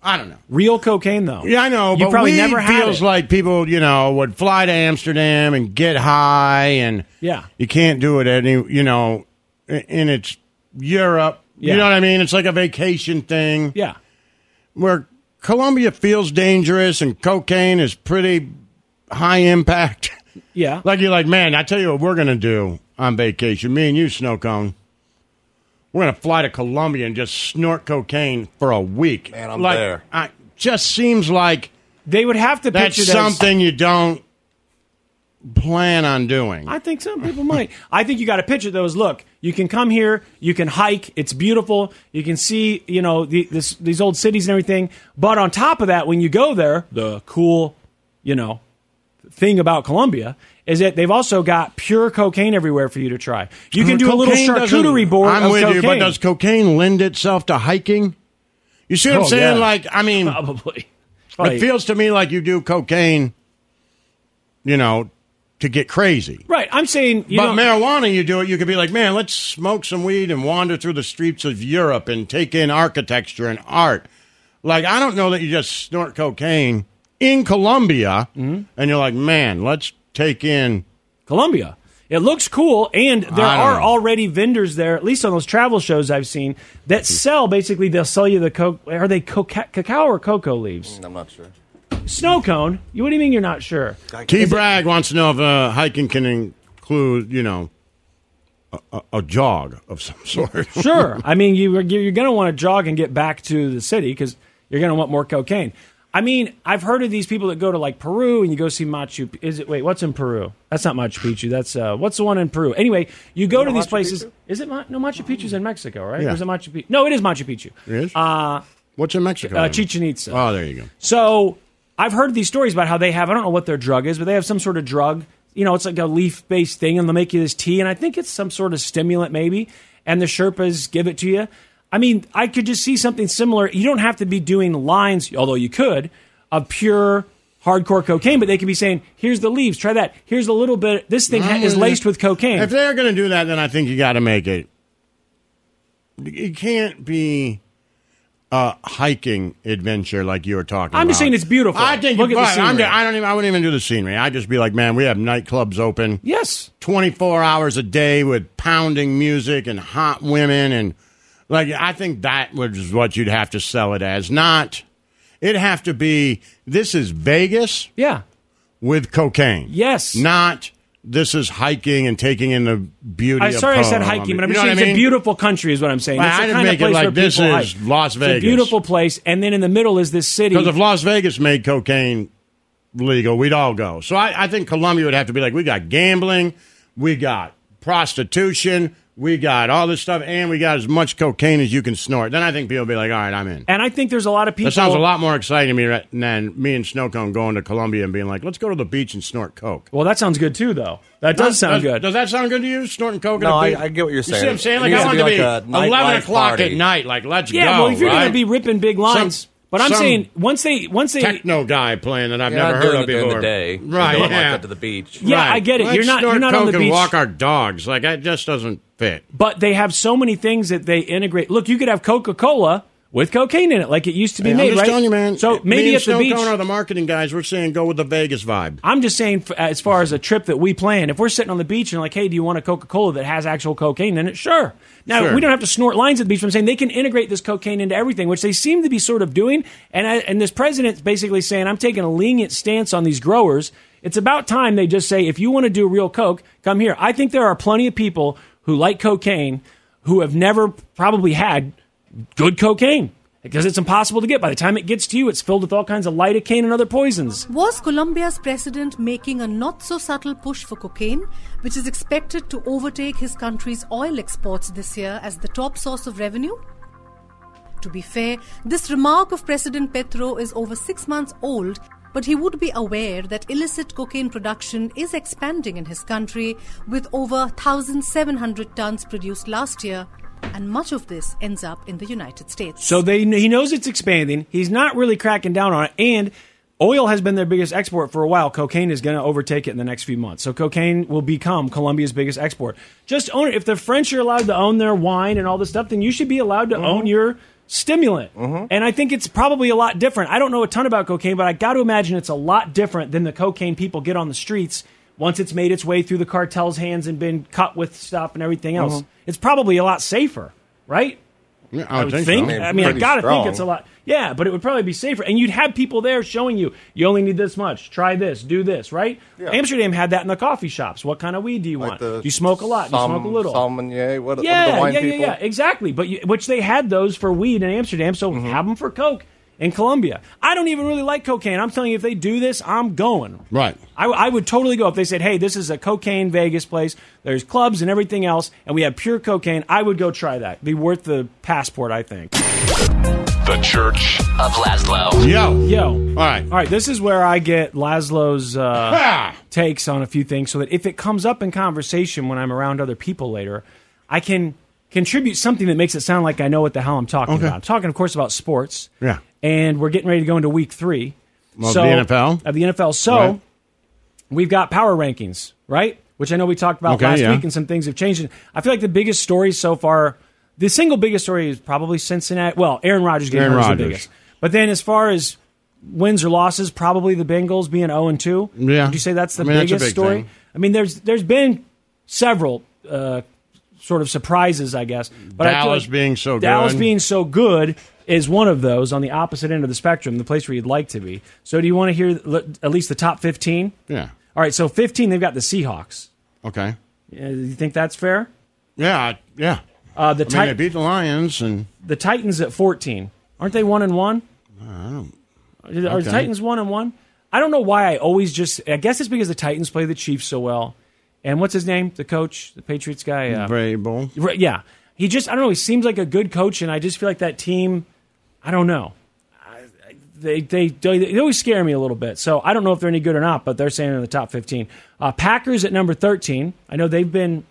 E: I don't know.
F: real cocaine, though.
E: Yeah, I know,
F: You
E: but
F: probably
E: weed
F: never had
E: feels
F: it.
E: like people, you know, would fly to Amsterdam and get high, and
F: Yeah.
E: you can't do it any, you know, i- and it's Europe.
F: Yeah.
E: You know what I mean? It's like a vacation thing.
F: Yeah.
E: where Colombia feels dangerous and cocaine is pretty high impact.
F: Yeah.
E: like you're like, man, I tell you what we're gonna do on vacation. Me and you, Snow Cone. We're gonna fly to Colombia and just snort cocaine for a week. Man,
L: I'm
E: like,
L: there.
E: I, just seems like
F: They would have to
E: that's
F: picture this.
E: something you don't plan on doing.
F: I think some people might. I think you got to pitch it though. Is look, you can come here, you can hike, it's beautiful, you can see, you know, the, this, these old cities and everything. But on top of that, when you go there, the cool, you know, thing about Colombia is that they've also got pure cocaine everywhere for you to try. You can do a little
E: Cocaine doesn't-
F: charcuterie board.
E: I'm
F: of
E: with you,
F: cocaine.
E: but does cocaine lend itself to hiking? You see what I'm
F: Oh,
E: saying?
F: yeah.
E: Like, I mean,
F: probably.
E: It feels to me like you do cocaine, you know, to get crazy.
F: right. I'm saying, you
E: but
F: know,
E: marijuana, you do it, you could be like, man, let's smoke some weed and wander through the streets of Europe and take in architecture and art. Like, I don't know that you just snort cocaine in Colombia
F: Mm-hmm.
E: and you're like, man, let's take in.
F: Colombia. It looks cool, and there
E: I don't
F: are
E: know.
F: already vendors there, at least on those travel shows I've seen, that sell basically they'll sell you the co- are they coca- cacao or cocoa leaves?
L: I'm not sure.
F: Snow cone? You, what do you mean you're not sure?
E: T. Bragg wants to know if uh, hiking can include, you know, a, a, a jog of some sort.
F: Sure, I mean you you're going to want to jog and get back to the city because you're going to want more cocaine. I mean, I've heard of these people that go to like Peru and you go see Machu. Is it wait? What's in Peru? That's not Machu Picchu. That's uh, what's the one in Peru? Anyway, you go to these places. Is it Ma- no Machu Picchu's in Mexico, right?
E: Yeah.
F: Or is it Machu Picchu? No, it is Machu Picchu.
E: Yes? What's in Mexico?
F: uh,
E: then?
F: Chichen Itza.
E: Oh, there you go.
F: So I've heard these stories about how they have, I don't know what their drug is, but they have some sort of drug. You know, it's like a leaf based thing, and they'll make you this tea, and I think it's some sort of stimulant, maybe. And the Sherpas give it to you. I mean, I could just see something similar. You don't have to be doing lines, although you could, of pure hardcore cocaine, but they could be saying, here's the leaves, try that. Here's a little bit. This thing ha- is
E: Mm.
F: laced with cocaine.
E: If they're going to do that, then I think you got to make it. It can't be a hiking adventure like you were talking.
F: I'm just
E: about.
F: saying it's beautiful.
E: I think
F: Look
E: you're
F: at the
E: right. I'm
F: scenery.
E: ju- I don't even. I wouldn't even do the scenery. I'd just be like, man, we have nightclubs open
F: yes.
E: 24 hours a day with pounding music and hot women and like I think that was what you'd have to sell it as. Not it'd have to be this is Vegas
F: Yeah.
E: with cocaine.
F: Yes.
E: Not this is hiking and taking in the beauty.
F: I'm
E: of
F: sorry I said
E: Poe,
F: hiking, but I'm
E: you
F: just
E: know what
F: saying
E: I
F: it's a
E: mean?
F: beautiful country, is what I'm saying.
E: Well,
F: it's the
E: I didn't
F: kind of
E: make it
F: place
E: like
F: where
E: this
F: people
E: is
F: hike.
E: Las
F: It's
E: Vegas.
F: a beautiful place, and then in the middle is this city.
E: Because if Las Vegas made cocaine legal, we'd all go. So I, I think Columbia would have to be like, we got gambling, we got prostitution, we got all this stuff, and we got as much cocaine as you can snort. Then I think people would be like, all right, I'm in.
F: and I think there's a lot of people.
E: That sounds a lot more exciting to me right- than me and Snowcone going to Columbia and being like, let's go to the beach and snort coke.
F: Well, that sounds good too, though. That does sound good.
E: Does that sound good to you? Snorting coke?
F: No,
E: at a
F: I-
E: beach?
F: I get what you're
E: You see
F: saying.
E: what I'm saying?
F: It
E: Like, I
F: needs to
E: want
F: be
E: to be,
F: like a
E: 11
F: nightlife
E: o'clock
F: party.
E: at night. Like, let's
F: yeah,
E: go.
F: well, if you're
E: right?
F: going to be ripping big lines,
E: Some-
F: but I'm
E: some
F: saying once they once they
E: techno guy playing that I've
F: You're
E: never
F: not
E: heard
F: doing
E: of
F: it during
E: before.
F: the day. You're
E: Right?
F: going like
E: yeah.
F: that to the beach. Yeah, I get it.
E: Let's
F: You're not-
E: snort
F: you're not on
E: coke
F: the
E: and
F: beach.
E: walk our dogs. Like that just doesn't fit.
F: But they have so many things that they integrate. Look, you could have Coca Cola with cocaine in it, like it used to be
E: Hey, I'm
F: made,
E: just
F: right?
E: telling you, man.
F: So
E: Me
F: maybe
E: and
F: at the
E: Stone
F: beach.
E: Cohen are the marketing guys. We're saying go with the Vegas vibe.
F: I'm just saying, f- as far as a trip that we plan, if we're sitting on the beach and like, hey, do you want a Coca Cola that has actual cocaine in it? Sure. Now
E: Sure.
F: we don't have to snort lines at the beach. But I'm saying they can integrate this cocaine into everything, which they seem to be sort of doing. And I, and this president's basically saying, I'm taking a lenient stance on these growers. It's about time they just say, if you want to do real coke, come here. I think there are plenty of people who like cocaine who have never probably had good cocaine because it's impossible to get. By the time it gets to you, it's filled with all kinds of lidocaine and other poisons.
L: Was Colombia's president making a not so subtle push for cocaine, which is expected to overtake his country's oil exports this year as the top source of revenue? To be fair, this remark of President Petro is over six months old, but he would be aware that illicit cocaine production is expanding in his country, with over 1,700 tons produced last year, and much of this ends up in the United States.
F: So they he knows it's expanding. He's not really cracking down on it, and oil has been their biggest export for a while. Cocaine is going to overtake it in the next few months. So cocaine will become Colombia's biggest export. Just own it. If the French are allowed to own their wine and all this stuff, then you should be allowed to own your stimulant. And I think it's probably a lot different. I don't know a ton about cocaine, but I got to imagine it's a lot different than the cocaine people get on the streets. Once it's made its way through the cartel's hands and been cut with stuff and everything else,
E: Mhm.
F: it's probably a lot safer, right?
E: Yeah,
F: I would think. I mean, I gotta think it's a lot. Yeah, but it would probably be safer, and you'd have people there showing you. You only need this much. Try this. Do this. Right?
M: Yeah.
F: Amsterdam had that in the coffee shops. What kind of weed do you want? Do you smoke a lot? Do you smoke a little?
M: Sommelier, what,
F: yeah,
M: what are the wine
F: yeah,
M: people?
F: yeah, yeah, exactly. But you, which they had those for weed in Amsterdam, so
M: Mm-hmm.
F: have them for coke in Colombia. I don't even really like cocaine. I'm telling you, if they do this, I'm going.
E: Right.
F: I, I would totally go if they said, "Hey, this is a cocaine Vegas place. There's clubs and everything else, and we have pure cocaine." I would go try that. Be worth the passport, I think.
I: The Church of Laszlo.
F: yo. All
E: right, all
F: right. This is where I get Laszlo's uh,
I: Ha!
F: takes on a few things, so that if it comes up in conversation when I'm around other people later, I can contribute something that makes it sound like I know what the hell I'm talking about. I'm talking, of course, about sports.
E: Yeah.
F: and we're getting ready to go into week three
E: Of the NFL?
F: Of the NFL. So
E: Right.
F: we've got power rankings, right? Which I know we talked about
E: Okay,
F: last
E: yeah.
F: week, and some things have changed. And I feel like the biggest story so far, the single biggest story is probably Cincinnati. Well, Aaron Rodgers getting
E: Aaron
F: hurt is the
E: Rodgers.
F: biggest. But then as far as wins or losses, probably the Bengals being 0 and 2.
E: Yeah.
F: Would you say that's the
E: I mean, that's a
F: biggest
E: big
F: story?
E: thing.
F: I mean, there's there's been several uh, sort of surprises, I guess. But I feel
E: Dallas
F: like
E: being so
F: Dallas
E: good.
F: being so good is one of those on the opposite end of the spectrum, the place where you'd like to be. So do you want to hear l- at least the top 15?
E: Yeah.
F: All right, so 15 they've got the Seahawks.
E: Okay.
F: Uh, you think that's fair?
E: Yeah. Yeah.
F: Uh, the
E: I mean,
F: Ti-
E: they beat the Lions and
F: the Titans at 14. Aren't they 1 and 1?
E: I don't.
F: Are the are the
E: Okay.
F: Titans one and one? I don't know why I always just. I guess it's because the Titans play the Chiefs so well. And what's his name? The coach, the Patriots guy. Uh,
E: Vrabel.
F: Right, yeah, he just. I don't know. He seems like a good coach, and I just feel like that team. I don't know. I- I- They they they, they always scare me a little bit. So I don't know if they're any good or not. But they're saying in the top fifteen. Uh, Packers at number thirteen. I know they've been.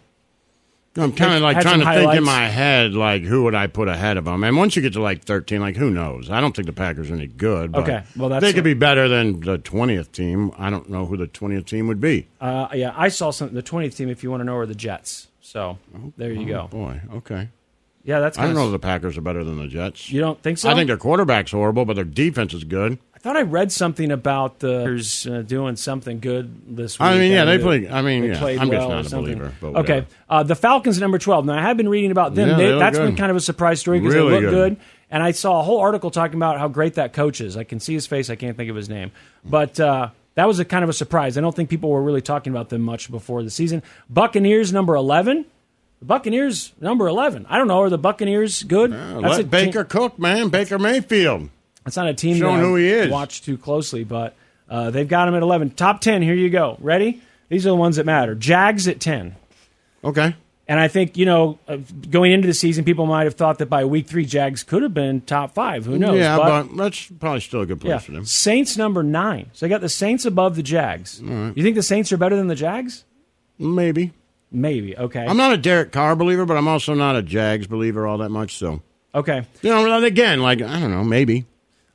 E: I'm kind
F: Had
E: of like
F: some
E: trying to think
F: highlights.
E: in my head, like who would I put ahead of them? And once you get to like 13, like who knows? I don't think the Packers are any good. But
F: Okay, well, that's
E: they could
F: it.
E: be better than the 20th team. I don't know who the 20th team would be. Oh,
F: Uh, yeah, I saw some the twentieth team. If you want to know, are the Jets. So there you
E: Oh,
F: go.
E: Boy, okay.
F: Yeah, that's.
E: I don't
F: kinda-
E: know if the Packers are better than the Jets.
F: You don't think so?
E: I think their quarterback's horrible, but their defense is good.
F: I thought I read something about the Packers, uh, doing something good this week.
E: I mean, yeah, they
F: played-
E: play- I mean, yeah,
F: played
E: I'm just
F: well
E: not
F: or
E: a
F: something.
E: believer, but
F: okay,
E: whatever.
F: uh, the Falcons at number twelve. Now I have been reading about them.
E: Yeah, they
F: they,
E: look
F: that's been
E: good.
F: kind of a surprise story because
E: Really
F: they look good.
E: good.
F: And I saw a whole article talking about how great that coach is. I can see his face. I can't think of his name, but uh, that was a kind of a surprise. I don't think people were really talking about them much before the season. Buccaneers number eleven. The Buccaneers number eleven. I don't know. Are the Buccaneers good?
E: let Uh, Baker cook, man. Baker Mayfield.
F: That's not a team
E: Show
F: that I
E: who he is.
F: watch too closely, but uh, they've got him at eleven. Top ten. Here you go. Ready? These are the ones that matter. Jags at ten.
E: Okay.
F: And I think you know, uh, going into the season, people might have thought that by week three, Jags could have been top five. Who knows?
E: Yeah, but, that's probably still a good place
F: yeah.
E: for them.
F: Saints number nine. So I got the Saints above the Jags. You think the Saints are better than the Jags?
E: Maybe.
F: Maybe. Okay.
E: I'm not a Derek Carr believer, but I'm also not a Jags believer all that much. So,
F: okay.
E: you know, and again, like I don't know, maybe.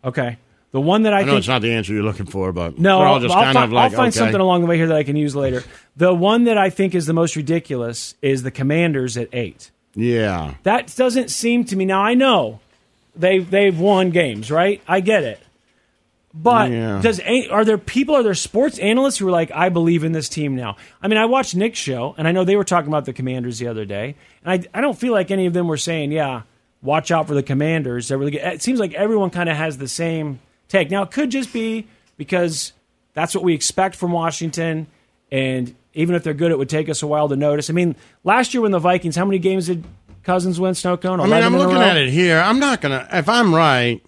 F: Okay. The one that
E: I,
F: I,
E: know
F: think
E: it's not the answer you're looking for, but
F: No,
E: we're all
F: I'll-
E: just
F: I'll,
E: kind
F: fi-
E: of like
F: I'll find
E: okay.
F: something along the way here that I can use later. The one that I think is the most ridiculous is the Commanders at eight.
E: Yeah,
F: That doesn't seem to me. Now I know they've they've won games, right? I get it. But
E: Yeah.
F: does a- are there people are there sports analysts who are like I believe in this team now? I mean, I watched Nick's show and I know they were talking about the Commanders the other day, and I I don't feel like any of them were saying, yeah, watch out for the Commanders. They're really good. It seems like everyone kind of has the same take. Now it could just be because that's what we expect from Washington, and even if they're good, it would take us a while to notice. I mean, last year when the Vikings, how many games did Cousins win? Snow cone.
E: I mean,
F: 11
E: I'm
F: in a
E: looking
F: row?
E: at it here. I'm not gonna. If I'm right,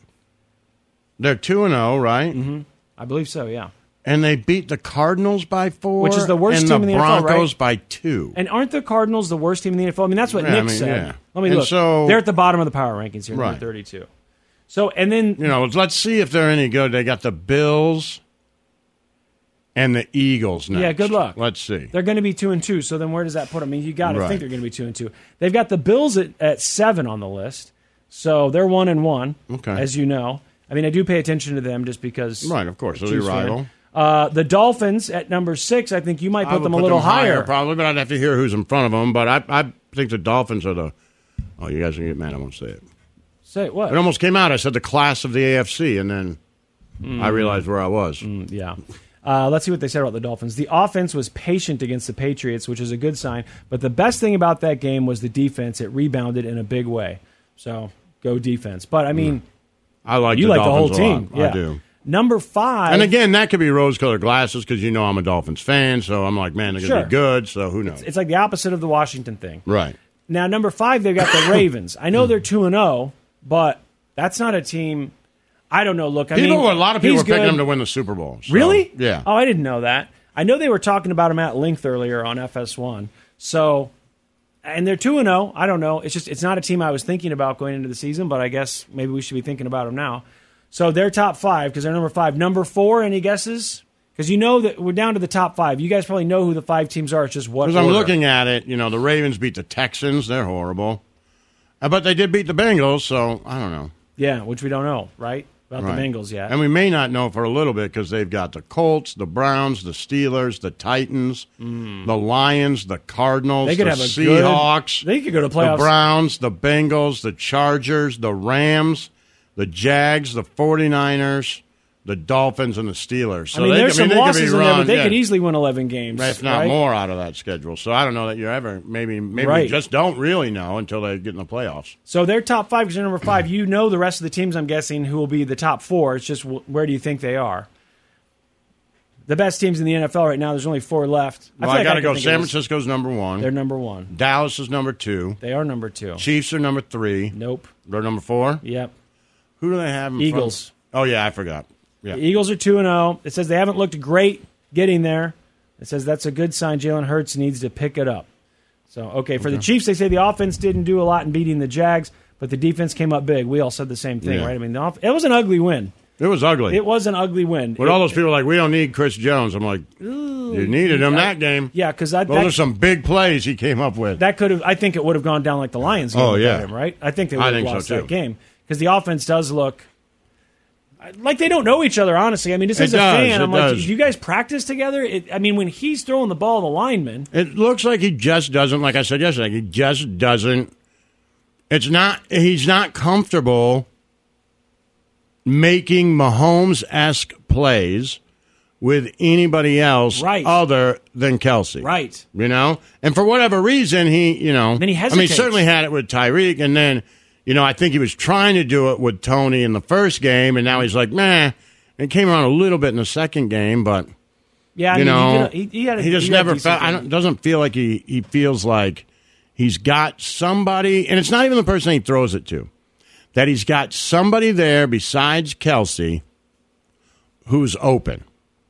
E: they're two and zero, right? Mm-hmm.
F: I believe so. Yeah.
E: And they beat the Cardinals by four,
F: Which is the worst
E: and
F: team
E: the
F: in the NFL, right?
E: Broncos by two.
F: And aren't the Cardinals the worst team in the NFL? I mean, that's what
E: Yeah, I
F: Nick
E: mean,
F: said.
E: yeah.
F: Let me
E: And
F: look.
E: so-
F: They're at the bottom of the power rankings here,
E: Right.
F: 32. So, and then
E: You know, let's see if they're any good. They got the Bills and the Eagles next.
F: Yeah, good luck.
E: Let's see.
F: they're going to be two and two. So then, where does that put them? I mean, you got to
E: Right.
F: think they're going to be two and two. They've got the Bills at, at seven on the list, so they're one and one.
E: Okay.
F: as you know, I mean, I do pay attention to them just because,
E: Right, of course,
F: I'm a
E: they're your
F: Chiefs fan.
E: rival.
F: Uh, the Dolphins at number six. I think you might
E: I
F: put
E: would
F: them a little higher.
E: probably, but I'd have to hear who's in front of them. But I, I think the Dolphins are the. Oh, you guys are gonna get mad. I won't say it.
F: Say what?
E: It almost came out. I said the class of the AFC, and then
F: Hmm.
E: I realized where I was.
F: Yeah. Uh, let's see what they said about the Dolphins. The offense was patient against the Patriots, which is a good sign. But the best thing about that game was the defense. It rebounded in a big way. So go defense. But I mean,
E: I like
F: you
E: Mm. the
F: like
E: Dolphins
F: the
E: a
F: whole
E: lot.
F: team. Yeah.
E: I do.
F: Number five.
E: And again, that could be rose-colored glasses because you know I'm a Dolphins fan, so I'm like, man, they're gonna
F: Sure.
E: be good. So who knows?
F: it's like the opposite of the Washington thing.
E: right.
F: Now, number five, they've got the Ravens. I
E: Mm.
F: know they're 2 and 0, but that's not a team. I don't know. Look, I
E: people,
F: mean,
E: were- a lot of people
F: he's
E: were picking
F: good.
E: them to win the Super Bowl. so-
F: Really?
E: Yeah.
F: Oh, I didn't know that. I know they were talking about him at length earlier on FS1. So, and they're two and zero. I don't know. It's just it's not a team I was thinking about going into the season, but I guess maybe we should be thinking about them now. So they're top five because they're number five. Number four, any guesses? Because you know that we're down to the top five. You guys probably know who the five teams are. It's just what
E: Because I'm
F: order.
E: looking at it, you know, the Ravens beat the Texans. They're horrible. Uh, But they did beat the Bengals, so I don't know.
F: Yeah, which we don't know, right? About
E: Right.
F: the Bengals yet.
E: And we may not know for a little bit because they've got the Colts, the Browns, the Steelers, the Titans, the Lions, the Cardinals,
F: Mm. They could
E: the
F: have a good-
E: Seahawks.
F: they could go to
E: The
F: playoffs.
E: Browns, the Bengals, the Chargers, the Rams, the Jags, the 49ers, the Dolphins, and the Steelers.
F: I mean,
E: they,
F: there's
E: I mean,
F: some
E: they
F: losses
E: could
F: in
E: be
F: there, but
E: run-
F: they
E: yeah.
F: could easily win 11 games.
E: If not
F: right?
E: more out of that schedule. So I don't know that you're ever, maybe, maybe
F: Right.
E: just don't really know until they get in the playoffs.
F: So they're top five because they're number five. You know the rest of the teams, I'm guessing, who will be the top four. It's just wh- where do you think they are? The best teams in the NFL right now, there's only four left.
E: Well, I,
F: feel like
E: got to
F: could
E: go.
F: think of
E: San
F: this.
E: Francisco's number one.
F: They're number one.
E: Dallas is number two.
F: They are number two.
E: Chiefs are number three.
F: Nope.
E: They're number four.
F: Yep.
E: Who do they have? In front?
F: Eagles.
E: Oh yeah, I forgot.
F: The
E: Yeah.
F: Eagles are 2 and 0. It says they haven't looked great getting there. It says that's a good sign Jalen Hurts needs to pick it up. So, okay, for the Chiefs, they say the offense didn't do a lot in beating the Jags, but the defense came up big. We all said the same thing,
E: Yeah.
F: right? I mean, the off- it was an ugly win.
E: It was ugly.
F: It was an ugly win.
E: With
F: It-
E: all those people like, we don't need Chris Jones. I'm like, you needed him that game.
F: Yeah, because that,
E: Those are
F: that,
E: some big plays he came up with.
F: that could have. I think it would have gone down like the Lions game.
E: Oh,
F: without
E: yeah.
F: him, right. I think they
E: I
F: would have
E: think so,
F: lost
E: too.
F: that game because the offense does look I- like they don't know each other. Honestly, I mean, just
E: It
F: as a
E: does,
F: fan,
E: it
F: I'm like,
E: does.
F: do you guys practice together? It, I mean, when he's throwing the ball, to the lineman.
E: It looks like he just doesn't. Like I said yesterday, he just doesn't. It's not. He's not comfortable making Mahomes-esque plays with anybody else
F: Right.
E: other than Kelsey.
F: Right.
E: You know, and for whatever reason, he you know.
F: Then he
E: I mean,
F: hesitates.
E: he certainly had it with Tyreek, and then you know, I think he was trying to do it with Tony in the first game, and now he's like, man, it came around a little bit in the second game, but.
F: Yeah, I
E: you
F: mean, he
E: know,
F: did a- he- he had a-
E: just
F: he had
E: never
F: decent
E: felt. I don't, doesn't feel like he he feels like he's got somebody, and it's not even the person he throws it to. That he's got somebody there besides Kelsey who's open,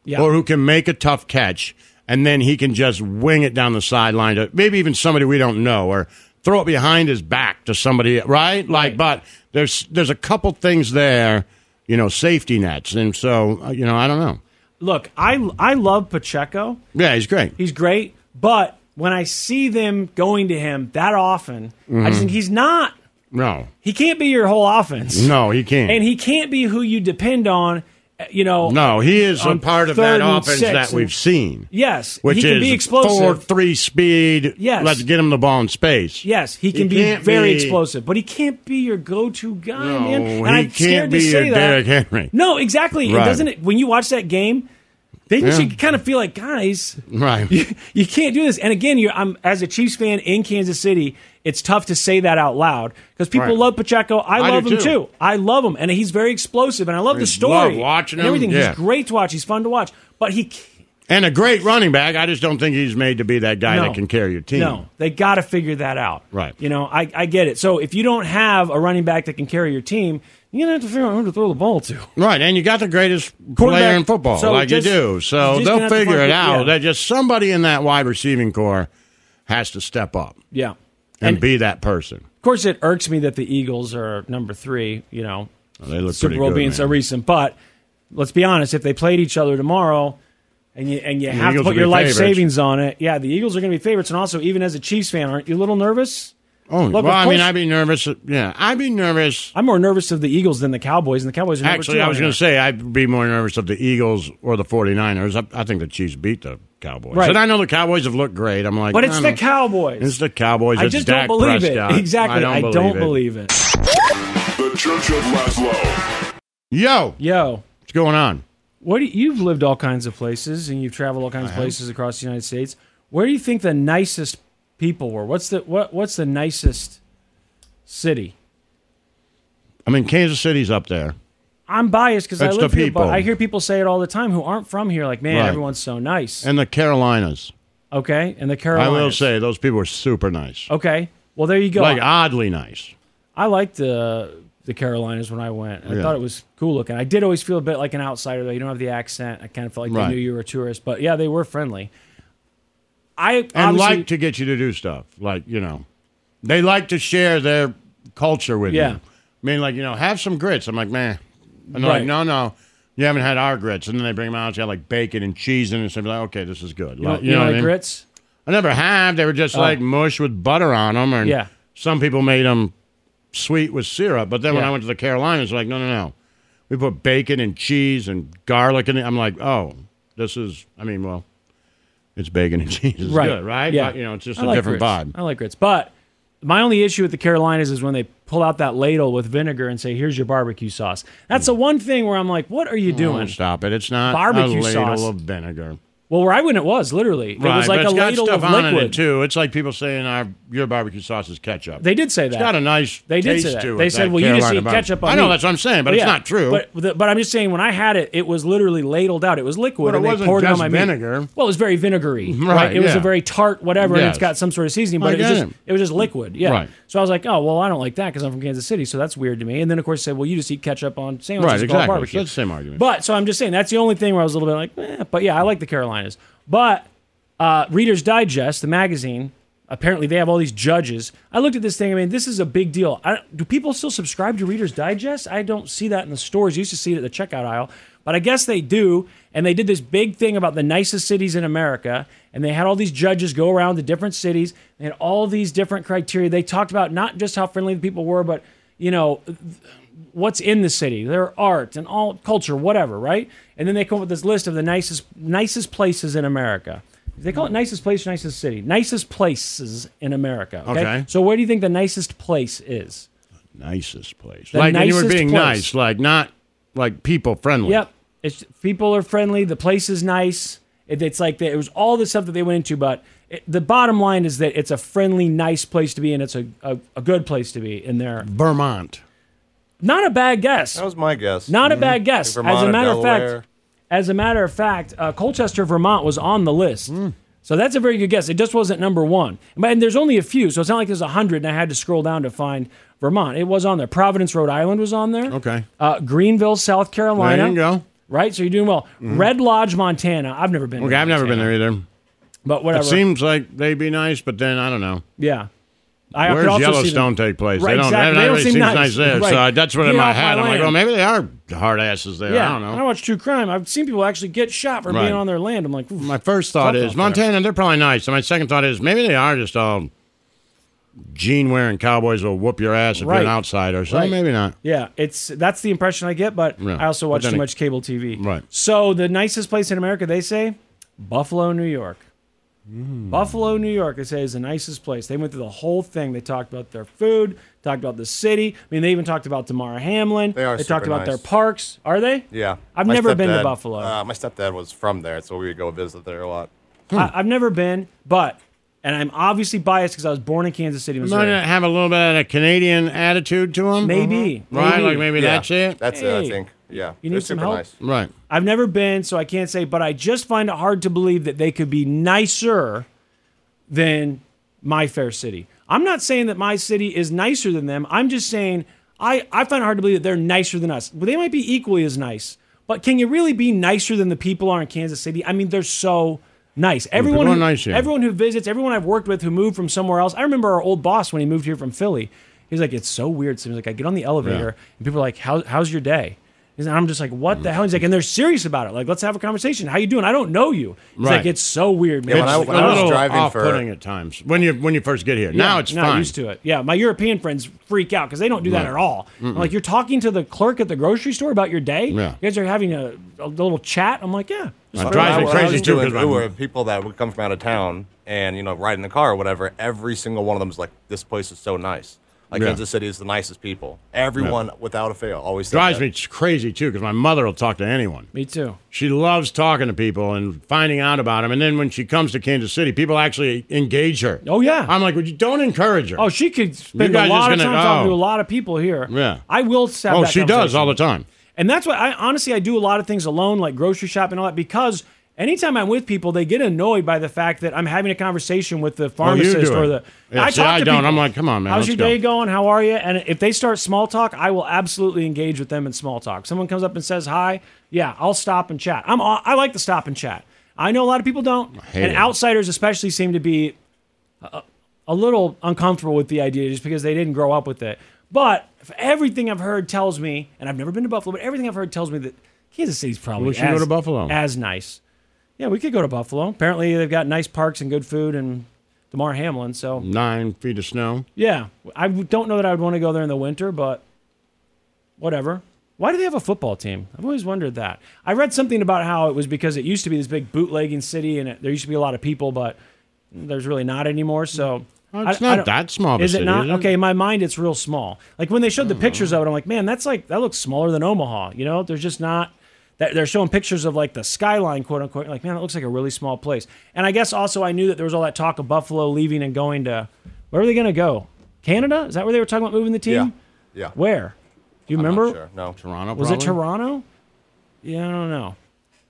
F: Yeah.
E: or who can make a tough catch, and then he can just wing it down the sideline to maybe even somebody we don't know, or throw it behind his back to somebody, right? Like, but there's there's a couple things there, you know, safety nets, and so uh, you know, I don't know.
F: Look, I I love Pacheco.
E: Yeah, he's great.
F: He's great, but when I see them going to him that often, I
E: Mhm.
F: just think he's not.
E: No,
F: He can't be your whole offense.
E: no, he can't.
F: and he can't be who you depend on. uh, You know,
E: Mm-hmm. No, he is a
F: on
E: part of that
F: third and
E: offense
F: six
E: that
F: and-
E: we've seen.
F: Yes,
E: Which
F: he can
E: is
F: be explosive.
E: Four, three speed.
F: Yes.
E: Let's get him the ball in space.
F: Yes, he can be
E: can't
F: very
E: be-
F: explosive, but he can't be your go-to guy,
E: No,
F: man.
E: he
F: And I'm
E: can't
F: scared
E: be
F: to
E: your
F: say that.
E: Derrick Henry.
F: No, exactly.
E: Right.
F: It doesn't. It, when you watch that game, they
E: Yeah.
F: should kind of feel like guys.
E: Right.
F: You, you can't do this. And again, you're, I'm as a Chiefs fan in Kansas City. It's tough to say that out loud because people
E: Right.
F: love Pacheco. I,
E: I do
F: love him
E: too.
F: too. I love him, and he's very explosive. And I love
E: I
F: the story.
E: love watching
F: and
E: him.
F: everything.
E: Yeah.
F: He's great to watch. He's fun to watch, but he
E: And a great running back. I just don't think he's made to be that guy
F: No.
E: that can carry your team.
F: No, they got to figure that out.
E: Right.
F: You know, I, I get it. So if you don't have a running back that can carry your team, you're going to have to figure out who to throw the ball to.
E: Right, and you got the greatest player
F: Quarterback.
E: in football,
F: So
E: like
F: just-
E: you do. So
F: just gonna
E: they'll
F: have to
E: figure
F: find-
E: it out.
F: yeah.
E: That just somebody in that wide receiving core has to step up
F: Yeah.
E: and, be that person.
F: Of course, it irks me that the Eagles are number three, you know,
E: They look
F: Super
E: pretty
F: Bowl
E: good,
F: being
E: man.
F: so recent. But let's be honest, if they played each other tomorrow and you, and you
E: The
F: have
E: Eagles
F: to put
E: will
F: your
E: be
F: life
E: favorites.
F: savings on it, yeah, the Eagles are going to be favorites. And also, even as a Chiefs fan, aren't you a little nervous?
E: Oh,
F: Look,
E: well,
F: of
E: I mean,
F: course-
E: I'd be nervous. Yeah, I'd be nervous.
F: I'm more nervous of the Eagles than the Cowboys, and the Cowboys are number
E: Actually,
F: two
E: I
F: on
E: was
F: here.
E: going to say I'd be more nervous of the Eagles or the 49ers. I, I think the Chiefs beat the Cowboys.
F: Right.
E: And I know the Cowboys have looked great. I'm like,
F: But
E: I
F: it's the
E: don't-
F: Cowboys.
E: It's the Cowboys.
F: I
E: It's
F: just
E: Dak
F: don't believe
E: Prescott.
F: it. Exactly.
E: I don't believe it.
F: it.
M: The Church of Laszlo.
E: Yo,
F: yo,
E: what's going on?
F: What do you, you've lived all kinds of places and you've traveled all kinds of
E: have.
F: places across the United States. Where do you think the nicest people were? What's the what? What's the nicest city?
E: I mean, Kansas City's up there.
F: I'm biased because I
E: It's
F: live
E: the
F: here, but
E: people.
F: I hear people say it all the time who aren't from here. Like, man,
E: Right.
F: everyone's so nice.
E: And the Carolinas.
F: Okay, and the Carolinas.
E: I will say those people are super nice.
F: Okay, well there you go.
E: Like oddly nice.
F: I liked the the Carolinas when I went. I
E: Yeah.
F: thought it was cool looking. I did always feel a bit like an outsider though. You don't have the accent. I kind of felt like
E: Right.
F: they knew you were a tourist, but yeah, they were friendly. I
E: And
F: obviously-
E: like to get you to do stuff. Like, you know, they like to share their culture with
F: Yeah.
E: you. I mean, like, you know, have some grits. I'm like, man. And they're like,
F: Right.
E: no, no, you haven't had our grits. And then they bring them out. It's got like bacon and cheese in it. So I'm like, okay, this is good.
F: You know-
E: Like,
F: you know
E: what I
F: like
E: mean?
F: grits?
E: I never have. They were just
F: Oh.
E: like mush with butter on them. And
F: Yeah.
E: some people made them sweet with syrup. But then when
F: Yeah.
E: I went to the Carolinas, like, no, no, no. We put bacon and cheese and garlic in it. I'm like, oh, this is, I mean, well, it's bacon and cheese. It's
F: right.
E: good, right?
F: Yeah.
E: But, you know, it's just
F: I
E: a
F: like
E: different
F: grits.
E: vibe.
F: I like grits. But my only issue with the Carolinas is when they pull out that ladle with vinegar and say, here's your barbecue sauce. That's the one thing where I'm like, what are you doing?
E: Oh, stop it. It's not
F: Barbecue
E: a ladle
F: sauce.
E: of vinegar.
F: Well, where I went, it was literally. It
E: Right,
F: was
E: but
F: like a
E: it's got
F: ladle
E: stuff
F: of
E: on
F: liquid.
E: it too. It's like people saying our your barbecue sauce is ketchup.
F: They did say
E: It's
F: that.
E: got a nice
F: They did
E: taste
F: say that.
E: to it.
F: They said,
E: that
F: "Well, you just
E: Carolina
F: eat
E: barbecue."
F: ketchup on
E: I know
F: meat.
E: that's what I'm saying, but it's
F: yeah,
E: not true.
F: But, the- but I'm just saying, when I had it, it was literally ladled out. It was liquid.
E: But it
F: and they
E: wasn't
F: poured
E: just
F: it on my meat.
E: vinegar.
F: Well, it was very vinegary.
E: Right,
F: It was
E: yeah.
F: a very tart, whatever, and
E: Yes.
F: it's got some sort of seasoning. But
E: I
F: it was
E: get
F: just
E: it.
F: it was just liquid. Yeah.
E: Right.
F: So I was like, oh well, I don't like that because I'm from Kansas City, so that's weird to me. And then of course they said, well, you just eat ketchup on sandwiches.
E: right,
F: it's called
E: exactly.
F: Barbecue.
E: That's the same argument.
F: But so I'm just saying that's the only thing where I was a little bit like, eh, but yeah, I like the Carolinas. But uh, Reader's Digest, the magazine, apparently they have all these judges. I looked at this thing. I mean, this is a big deal. I, do people still subscribe to Reader's Digest? I don't see that in the stores. You used to see it at the checkout aisle, but I guess they do. And they did this big thing about the nicest cities in America, and they had all these judges go around to different cities. They had all these different criteria. They talked about not just how friendly the people were, but you know, what's in the city, their art and all culture, whatever, right? And then they come up with this list of the nicest nicest places in America. They call it nicest place, nicest city, nicest places in America. Okay.
E: Okay.
F: So where do you think the nicest place is?
E: nicest place.
F: The
E: like and you were
F: nicest
E: being
F: place.
E: nice, like not like people friendly.
F: Yep. It's people are friendly. The place is nice. It, it's like the, it was all the stuff that they went into, but it, the bottom line is that it's a friendly, nice place to be, and it's a, a, a good place to be in there.
E: Vermont.
F: Not a bad guess.
N: That was my guess.
F: Not a bad guess.
E: Mm-hmm.
N: Vermont
F: As a
N: or
F: matter of
N: Delaware.
F: fact, As a matter of fact, uh, Colchester, Vermont was on the list.
E: Mm.
F: So that's a very good guess. It just wasn't number one. But- And there's only a few, so it's not like there's a 100 and I had to scroll down to find Vermont. It was on there. Providence, Rhode Island was on there.
E: Okay.
F: Uh, Greenville, South Carolina.
E: There you go.
F: Right? So you're doing well.
E: Mhm.
F: Red Lodge, Montana. I've never been
E: Okay,
F: there.
E: I've never been there either.
F: But whatever.
E: It seems like they'd be nice, but then I don't know.
F: Yeah. I
E: Where's
F: could also see
E: Yellowstone
F: them-
E: take place?
F: Right,
E: they don't.
F: exactly.
E: That,
F: They
E: that
F: don't
E: really
F: seem
E: seems
F: nice.
E: nice, there.
F: Right.
E: So I- that's what
F: Get
E: in my
F: off my
E: head. I'm like,
F: land.
E: well, maybe they are hard asses there.
F: yeah,
E: I don't know.
F: watch true crime. I've seen people actually get shot for
E: Right.
F: being on their land. I'm like, oof.
E: My first thought
F: Tough
E: is
F: out
E: Montana. They're probably nice. And my second thought is maybe they are just all jean wearing cowboys will whoop your ass if you're
F: Right.
E: an outsider. So
F: Right.
E: maybe not.
F: Yeah, it's that's the impression I get, but
E: Yeah.
F: I also
E: But
F: watch
E: then
F: too
E: it-
F: much cable TV.
E: Right.
F: So the nicest place in America, they say, Buffalo, New York.
E: Hmm.
F: Buffalo, New York, they say is the nicest place. They went through the whole thing. They talked about their food, talked about the city. I mean, they even talked about Tamara Hamlin. They
N: are
F: They talked
N: super
F: about their
N: nice.
F: parks. Are they?
N: Yeah.
F: I've
N: My
F: never been to
N: stepdad-
F: Buffalo.
N: Uh, my stepdad was from there, so we would go visit there a lot.
F: I, I've never been, but and I'm obviously biased because I was born in Kansas City, Missouri.
E: Might have a little bit of a Canadian attitude to them.
F: Maybe.
E: Right?
F: Maybe.
E: Like maybe
F: Yeah.
E: that's it.
F: That's it, I Hey. think.
N: Yeah.
F: You need some help.
E: Right.
F: I've never been, so I can't say, but I just find it hard to believe that they could be nicer than my fair city. I'm not saying that my city is nicer than them. I'm just saying I, I find it hard to believe that they're nicer than us. Well, they might be equally as nice, but can you really be nicer than the people are in Kansas City? I mean, they're so nice.
E: people
F: Everyone,
E: are
F: who,
E: nice here.
F: everyone who visits, everyone I've worked with who moved from somewhere else. I remember our old boss when he moved here from Philly. He's like, it's so weird. So he's like, I get on the elevator and people are like, How, how's your day? He's- And I'm just like, what the hell? He's like, and they're serious about it. Like, let's have a conversation. How you doing? I don't know you. He's
E: Right.
F: like, it's so weird, man.
E: It's
F: It's
E: a
F: like, "Oh."
E: little off-putting at times when you when you first get here.
F: Yeah,
E: now it's
F: not
E: fine.
F: used to it. Yeah, my European friends freak out because they don't do that
E: Right.
F: at all. I'm
E: Mm-mm.
F: Like you're talking to the clerk at the grocery store about your day.
E: Yeah.
F: You guys are having a, a little chat. I'm like, yeah. just
N: But
F: fine.
N: when I- when I was doing
E: 'cause I'm-
N: Uber, people that would come from out of town and you know ride in the car or whatever. Every single one of them is like, "This place is so nice." Like
E: Yeah.
N: Kansas City is the nicest people. Everyone, without a fail, always said
E: drives
N: that.
E: me crazy too because my mother will talk to anyone.
F: Me too.
E: She loves talking to people and finding out about them. And then when she comes to Kansas City, people actually engage her.
F: Oh yeah.
E: I'm like, would you don't encourage her?
F: Oh, she could
E: You
F: spend
E: guys
F: a lot
E: just
F: of time
E: gonna-
F: talking to
E: oh.
F: a lot of people here.
E: Yeah.
F: I will. Have
E: Oh,
F: that
E: she does
F: conversation.
E: all the time.
F: And that's why I honestly I do a lot of things alone, like grocery shopping and all that, because anytime I'm with people, they get annoyed by the fact that I'm having a conversation with the
E: Oh, you
F: pharmacist
E: do
F: or
E: it.
F: the.
E: Yeah,
F: I
E: see,
F: talk
E: I
F: to
E: don't.
F: people.
E: I'm like, come on, man.
F: How's
E: let's
F: your
E: go.
F: day going? How are you? And if they start small talk, I will absolutely engage with them in small talk. Someone comes up and says hi, yeah, I'll stop and chat. I'm I like to stop and chat. I know a lot of people don't,
E: hate
F: and
E: it.
F: outsiders especially seem to be a, a little uncomfortable with the idea just because they didn't grow up with it. But if everything I've heard tells me, and I've never been to Buffalo, but everything I've heard tells me that Kansas City's probably
E: We should
F: as,
E: go to Buffalo.
F: as nice. Yeah, we could go to Buffalo. Apparently, they've got nice parks and good food and Damar Hamlin. So
E: Nine feet of snow.
F: yeah, I w- don't know that I would want to go there in the winter, but whatever. Why do they have a football team? I've always wondered that. I read something about how it was because it used to be this big bootlegging city, and it, there used to be a lot of people, but there's really not anymore. So
E: Oh, it's
F: I- I
E: not
F: don't-
E: that small of a
F: Is it
E: city,
F: not?
E: is it? Mm.
F: Okay, in my mind, it's real small. Like when they showed the pictures of it, I'm like, man, that's like that looks smaller than Omaha. You know, there's just not. that- They're showing pictures of like the skyline, quote unquote. Like, man, that looks like a really small place. And I guess also I knew that there was all that talk of Buffalo leaving and going to where are they going to go? Canada? Is that where they were talking about moving the team?
N: Yeah.
F: Where? Do you remember?
N: No,
E: Toronto.
F: Was it Toronto? Yeah, I don't know.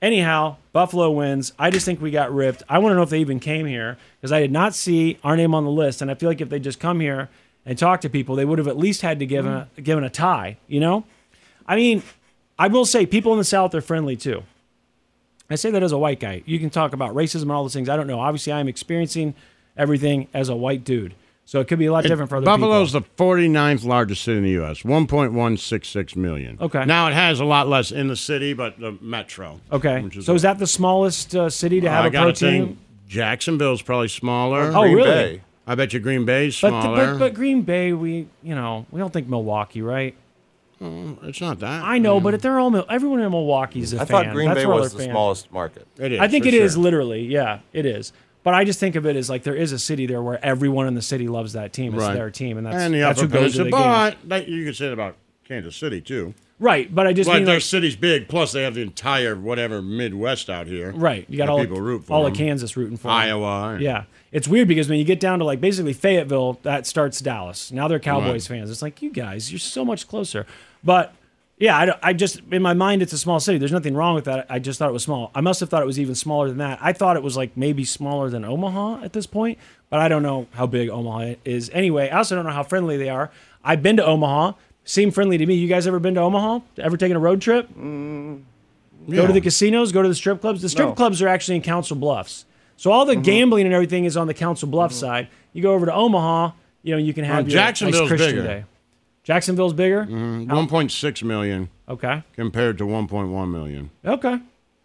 F: Anyhow, Buffalo wins. I just think we got ripped. I want to know if they even came here because I did not see our name on the list, and I feel like if they just come here and talk to people, they would have at least had to give a given a tie. You know, I mean, I will say people in the South are friendly too. I say that as a white guy. You can talk about racism and all those things. I don't know. Obviously, I am experiencing everything as a white dude, so it could be a lot different for other
E: Buffalo's the 49th largest city in the U.S. 1.166 million.
F: Okay.
E: Now it has a lot less in the city, but the metro.
F: people. Okay, so is that the smallest uh, city to
E: Uh,
F: have
E: I
F: a
E: got
F: pro
E: a thing.
F: team?
E: Jacksonville's probably smaller.
F: Oh, Green really? Bay.
E: I bet you Green Bay's
F: But, the,
E: smaller.
F: but but Green Bay, we you know we don't think Milwaukee, right?
E: it's not that.
F: I know, but if they're all Mil- everyone in Milwaukee's a
N: I
F: fan.
N: thought Green
F: That's
N: Bay
F: where all
N: was
F: their
N: the
F: fans-
N: smallest market.
E: It
F: I think it is literally, yeah, it is. But I just think of it as like there is a city there where everyone in the city loves that team. It's
E: Right.
F: their team, and that's
E: the
F: that's who
E: upper
F: goes to the
E: peninsula,
F: game.
E: But that- you can say that about Kansas City too.
F: Right, but I just
E: But
F: mean,
E: their
F: like-
E: city's big. Plus, they have the entire whatever Midwest out here.
F: Right, you got
E: that
F: all
E: people root for
F: all of
E: them.
F: Kansas rooting for 'em.
E: Iowa. and-
F: Yeah, it's weird because when you get down to like basically Fayetteville, that starts Dallas. Now they're Cowboys
E: Right.
F: fans. It's like you guys, you're so much closer. But Yeah, I, don't- I just in my mind it's a small city. There's nothing wrong with that. I just thought it was small. I must have thought it was even smaller than that. I thought it was like maybe smaller than Omaha at this point, but I don't know how big Omaha is. Anyway, I also don't know how friendly they are. I've been to Omaha. Seem friendly to me. You guys ever been to Omaha? Ever taken a road trip? Go
O: yeah.
F: to the casinos. Go to the strip clubs. The strip
O: No.
F: clubs are actually in Council Bluffs. So all the gambling and everything is on the Council Bluffs side. You go over to Omaha. You know you can have
E: Well,
F: your
E: Jacksonville's
F: nice Christian
E: bigger.
F: day. Jacksonville's bigger.
E: Mhm. 1.6 million.
F: Okay.
E: Compared to 1.1 million.
F: Okay.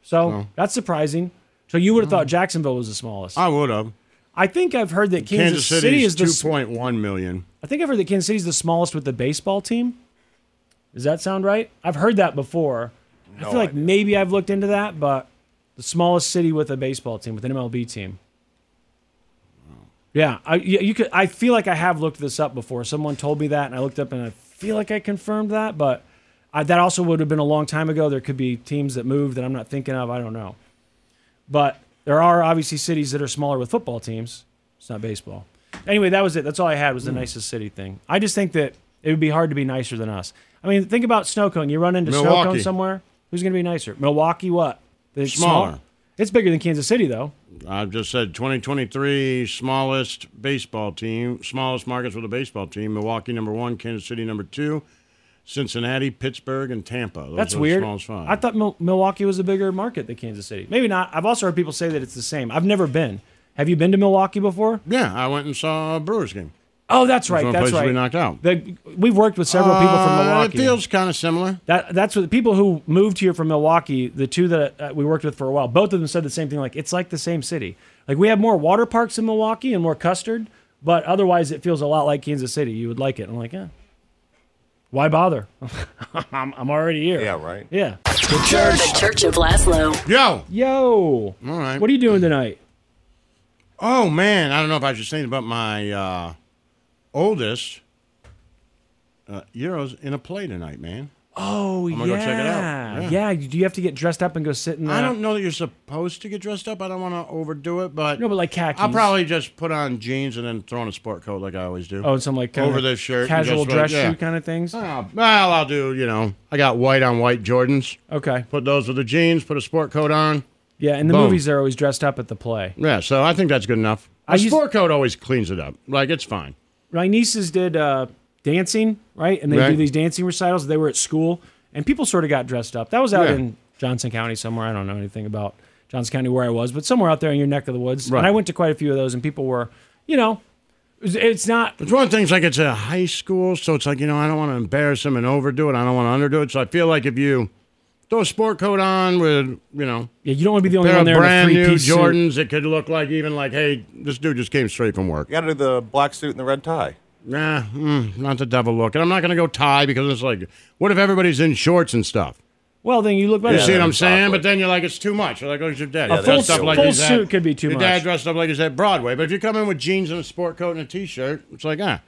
F: So
E: No.
F: that's surprising. So you would have thought Jacksonville was the smallest.
E: I would have.
F: I think I've heard that Kansas,
E: Oh. City,
F: is the s-
E: 2.1 million.
F: I think I've heard that Kansas City's the smallest with the baseball team. Does that sound right? I've heard that before. I
N: No
F: feel like maybe I've looked into that, but the smallest city with a baseball team, with an MLB team. Yeah, I you, you could. I feel like I have looked this up before. Someone told me that, and I looked up, and I feel like I confirmed that. But I, that also would have been a long time ago. There could be teams that moved that I'm not thinking of. I don't know. But there are obviously cities that are smaller with football teams. It's not baseball. Anyway, that was it. That's all I had was the nicest city thing. I just think that it would be hard to be nicer than us. I mean, think about snow cone. You run into snow cone
E: Milwaukee.
F: somewhere. Who's going to be nicer? Milwaukee? What? It's
E: Smaller.
F: It's bigger than Kansas City, though.
E: I've just said 2023 smallest baseball team, smallest markets with a baseball team. Milwaukee number one, Kansas City number two, Cincinnati, Pittsburgh, and Tampa. Those
F: That's
E: are the
F: weird.
E: smallest five.
F: I thought Mil- Milwaukee was a bigger market than Kansas City. Maybe not. I've also heard people say that it's the same. I've never been. Have you been to Milwaukee before?
E: Yeah, I went and saw a Brewers game.
F: Oh, that's right.
E: one of the
F: That's
E: places
F: right.
E: we knocked out.
F: The- we've worked with several people from
E: Uh, it
F: Milwaukee.
E: feels kind of similar.
F: That that's what the people who moved here from Milwaukee, the two that uh, we worked with for a while, both of them said the same thing. Like it's like the same city. Like we have more water parks in Milwaukee and more custard, but otherwise it feels a lot like Kansas City. You would like it. I'm like, yeah. Why bother? I'm, I'm already here. Yeah,
N: right.
F: Yeah.
G: The Church, the Church of Laszlo.
E: Yo.
F: Yo.
E: All right.
F: What are you doing tonight?
E: Oh man, I don't know if I should say it, but my uh, oldest uh, Euro's in a play tonight, man.
F: Oh
E: I'm
F: yeah.
E: gonna go check it out.
F: Oh, yeah.
E: Yeah.
F: Do you have to get dressed up and go sit in? The,
E: I don't know that you're supposed to get dressed up. I don't want to overdo it, but
F: No, but like khakis.
E: I'll probably just put on jeans and then throw on a sport coat like I always do.
F: Oh, and some like kinda
E: over the shirt, and
F: casual
E: just, like,
F: dress
E: yeah.
F: shoe kind of things.
E: Ah, Well, I'll do. You know, I got white on white Jordans.
F: Okay,
E: put those with the jeans. Put a sport coat on.
F: yeah, in the
E: Boom.
F: movies they're always dressed up at the play.
E: Yeah, so I think that's good enough. A
F: I used-
E: sport coat always cleans it up. Like it's fine.
F: my nieces did uh, dancing, right? And they do
E: Right.
F: these dancing recitals. They were at school, and people sort of got dressed up. That was out
E: Yeah.
F: in Johnson County somewhere. I don't know anything about Johnson County where I was, but somewhere out there in your neck of the woods.
E: Right.
F: And I went to quite a few of those, and people were, you know, it's- it's not.
E: It's one of the things like it's a high school, so it's like you know I don't want to embarrass them and overdo it. I don't want to underdo it. So I feel like if you throw a sport coat on with you know
F: Yeah, you don't want to be the only
E: pair
F: one
E: of
F: there
E: brand
F: in a
E: new
F: three-piece suit.
E: Jordans, it could look like even like hey this dude just came straight from work.
N: You got to do the black suit and the red tie.
E: Nah, mm, not the devil look. And I'm not going to go tie because it's like what if everybody's in shorts and stuff?
F: Well, then you look better.
E: You see what I'm saying? But then you're like, it's too much. You're like, oh, it's your dad.
F: A
E: dressed
F: full
E: up
F: suit-
E: like
F: full
E: he's at-
F: suit could be too
E: your dad
F: much.
E: dressed up like he's at Broadway. But if you come in with jeans and a sport coat and a t-shirt, it's like, ah,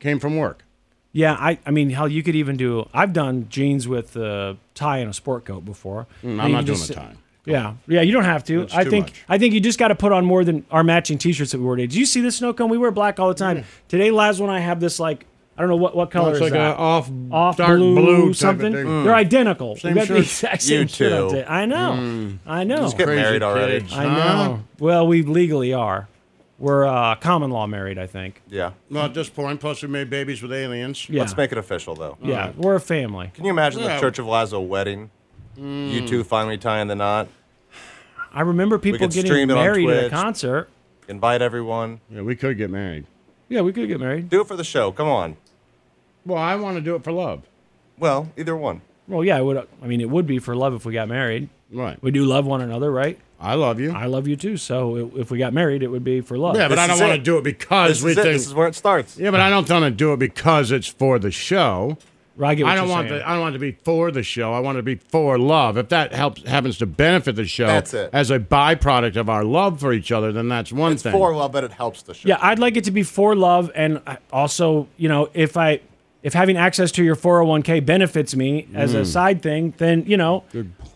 E: came from work.
F: Yeah, I, I mean, hell, you could even do. I've done jeans with a tie and a sport coat before.
E: Mm,
F: And
E: I'm
F: you
E: not doing
F: just-
E: a tie.
F: Yeah, yeah, you don't have to.
E: That's
F: I
E: too
F: think
E: much.
F: I think you just got to put on more than our matching T-shirts that we wore today. Did you see this snow cone? We wear black all the time. Today, Laz and I have this like I don't know what what color
E: it's
F: is
E: Mm-hmm. like
F: that?
E: a off-
F: off
E: dark
F: blue,
E: blue type of
F: something.
E: thing. Mm.
F: They're identical.
E: Same
F: we got the
E: shirt?
F: exact
E: You
F: same shirt on
E: two.
F: today. I know.
E: Mm.
F: I know.
N: Just get Crazy married already. kids,
F: I
N: huh?
F: know. Well, we legally are. We're uh, common law married, I think.
N: Yeah.
E: Well, at this point, plus we made babies with aliens.
F: Yeah.
N: Let's make it official, though.
F: Yeah, we're a family.
N: Can you imagine
E: Yeah.
N: the Church of Lazo wedding? You two finally tying the knot.
F: I remember people
N: could
F: getting
N: stream it on
F: married at a
N: Twitch.
F: concert.
N: Invite everyone.
E: Yeah, we could get married.
F: Yeah, we could get married.
N: Do it for the show. Come on.
E: Well, I want to do it for love.
N: Well, either one.
F: Well, yeah, it would. I mean, it would be for love if we got married.
E: Right.
F: We do love one another, right?
E: I love you.
F: I love you too. So i- if we got married, it would be for love.
E: Yeah, but I don't want to do it because
N: This
E: we
N: is it.
E: think.
N: This is where it starts.
E: yeah, but I don't want to do it because it's for the show.
F: Right, I, get what
E: don't
F: you're
E: want
F: saying.
E: the, I don't want it to be for the show. I want it to be for love. If that helps happens to benefit the show
N: That's it.
E: as a byproduct of our love for each other, then that's one thing.
N: For love, but it helps the show.
F: Yeah, I'd like it to be for love, and I- also, you know, if I if having access to your 401k benefits me as a
E: Mm.
F: side thing, then you know,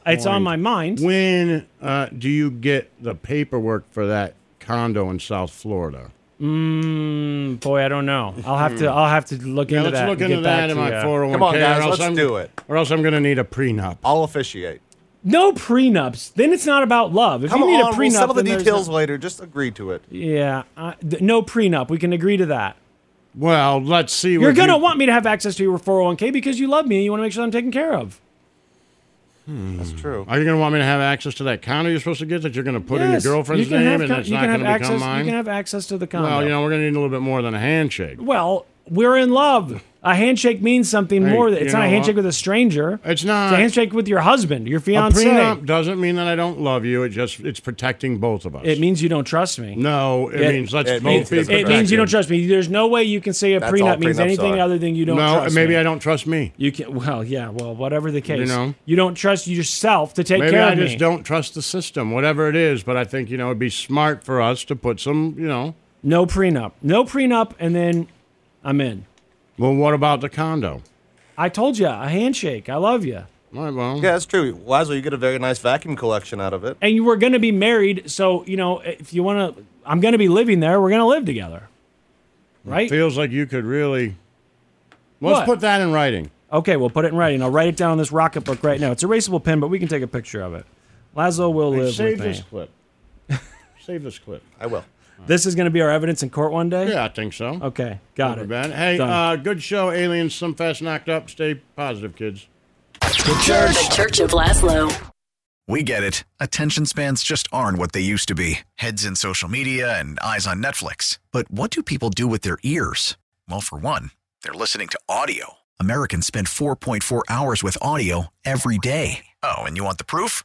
F: it's on
E: point.
F: my mind.
E: When uh, do you get the paperwork for that condo in South Florida?
F: Mm, boy, I don't know. I'll have to. I'll have to look
E: Mm. Yeah,
F: into
E: let's
F: that.
E: look
F: and
E: into
F: get back
E: that
F: to
E: in my
F: you.
E: 401k. or else I'm- Or else I'm going to need a prenup.
N: I'll officiate.
F: No prenups. Then it's not about love. If
N: Come
F: you need a
N: on,
F: prenup,
N: we'll settle the
F: then there's
N: details
F: no-
N: later. Just agree to it.
F: yeah, I- th- no prenup. We can agree to that.
E: Well, let's see.
F: You're
E: what
F: gonna
E: you-
F: want me to have access to your 401k because you love me and you want to make sure I'm taken care of.
N: That's true.
E: Are you going to want me to have access to that condo you're supposed to get that you're going to put in your
F: Yes,
E: girlfriend's
F: you can
E: name
F: have
E: and
F: con-
E: that's
F: you
E: not
F: can
E: going
F: have
E: to become
F: access,
E: mine?
F: You can have access to the condo.
E: well, you know, we're going to need a little bit more than a handshake.
F: Well, we're in love. A handshake means something
E: Hey,
F: more.
E: you
F: It's not a
E: know
F: handshake
E: what?
F: with a stranger.
E: It's not.
F: It's a handshake with your husband, your
E: A
F: fiance.
E: prenup doesn't mean that I don't love you. It just it's protecting both of us.
F: It means you don't trust me.
E: No, it means let's
F: it
E: both
F: means,
E: be
F: it
E: protected.
F: means you don't trust me. There's no way you can say a
E: That's all
F: prenup means
E: prenups
F: anything
E: are.
F: other than you don't
E: No,
F: trust.
E: maybe
F: me.
E: I don't trust me.
F: You can well, yeah, well, whatever the case. You
E: know?
F: don't trust yourself to take
E: maybe
F: care
E: I
F: of
E: just
F: me.
E: don't trust the system, whatever it is. But I think you know it'd be smart for us to put some, you know.
F: No prenup. No prenup, and then I'm in.
E: Well, what about the condo?
F: I told you, a handshake. I love you.
N: Yeah, that's true. Laszlo, you get a very nice vacuum collection out of it.
F: And you were going to be married, so you know, if you want to I'm going to be living there. We're going to live together. Right?
E: feels like you could really. Let's
F: What?
E: put that in writing.
F: Okay, we'll put it in writing. I'll write it down on this rocket book right now. It's erasable pen, but we can take a picture of it. Laszlo will
E: Hey,
F: live
E: save
F: with me.
E: this clip. save this clip.
N: I will.
F: This is going to be our evidence in court one day?
E: Yeah, I think so.
F: Okay, got
E: Not
F: it.
E: bad. Hey,
F: Done.
E: uh, good show, aliens. Some fast knocked up. Stay positive, kids.
G: The Church of Laszlo.
H: We get it. Attention spans just aren't what they used to be heads in social media and eyes on Netflix. But what do people do with their ears? Well, for one, they're listening to audio. Americans spend 4.4 hours with audio every day. Oh, and you want the proof?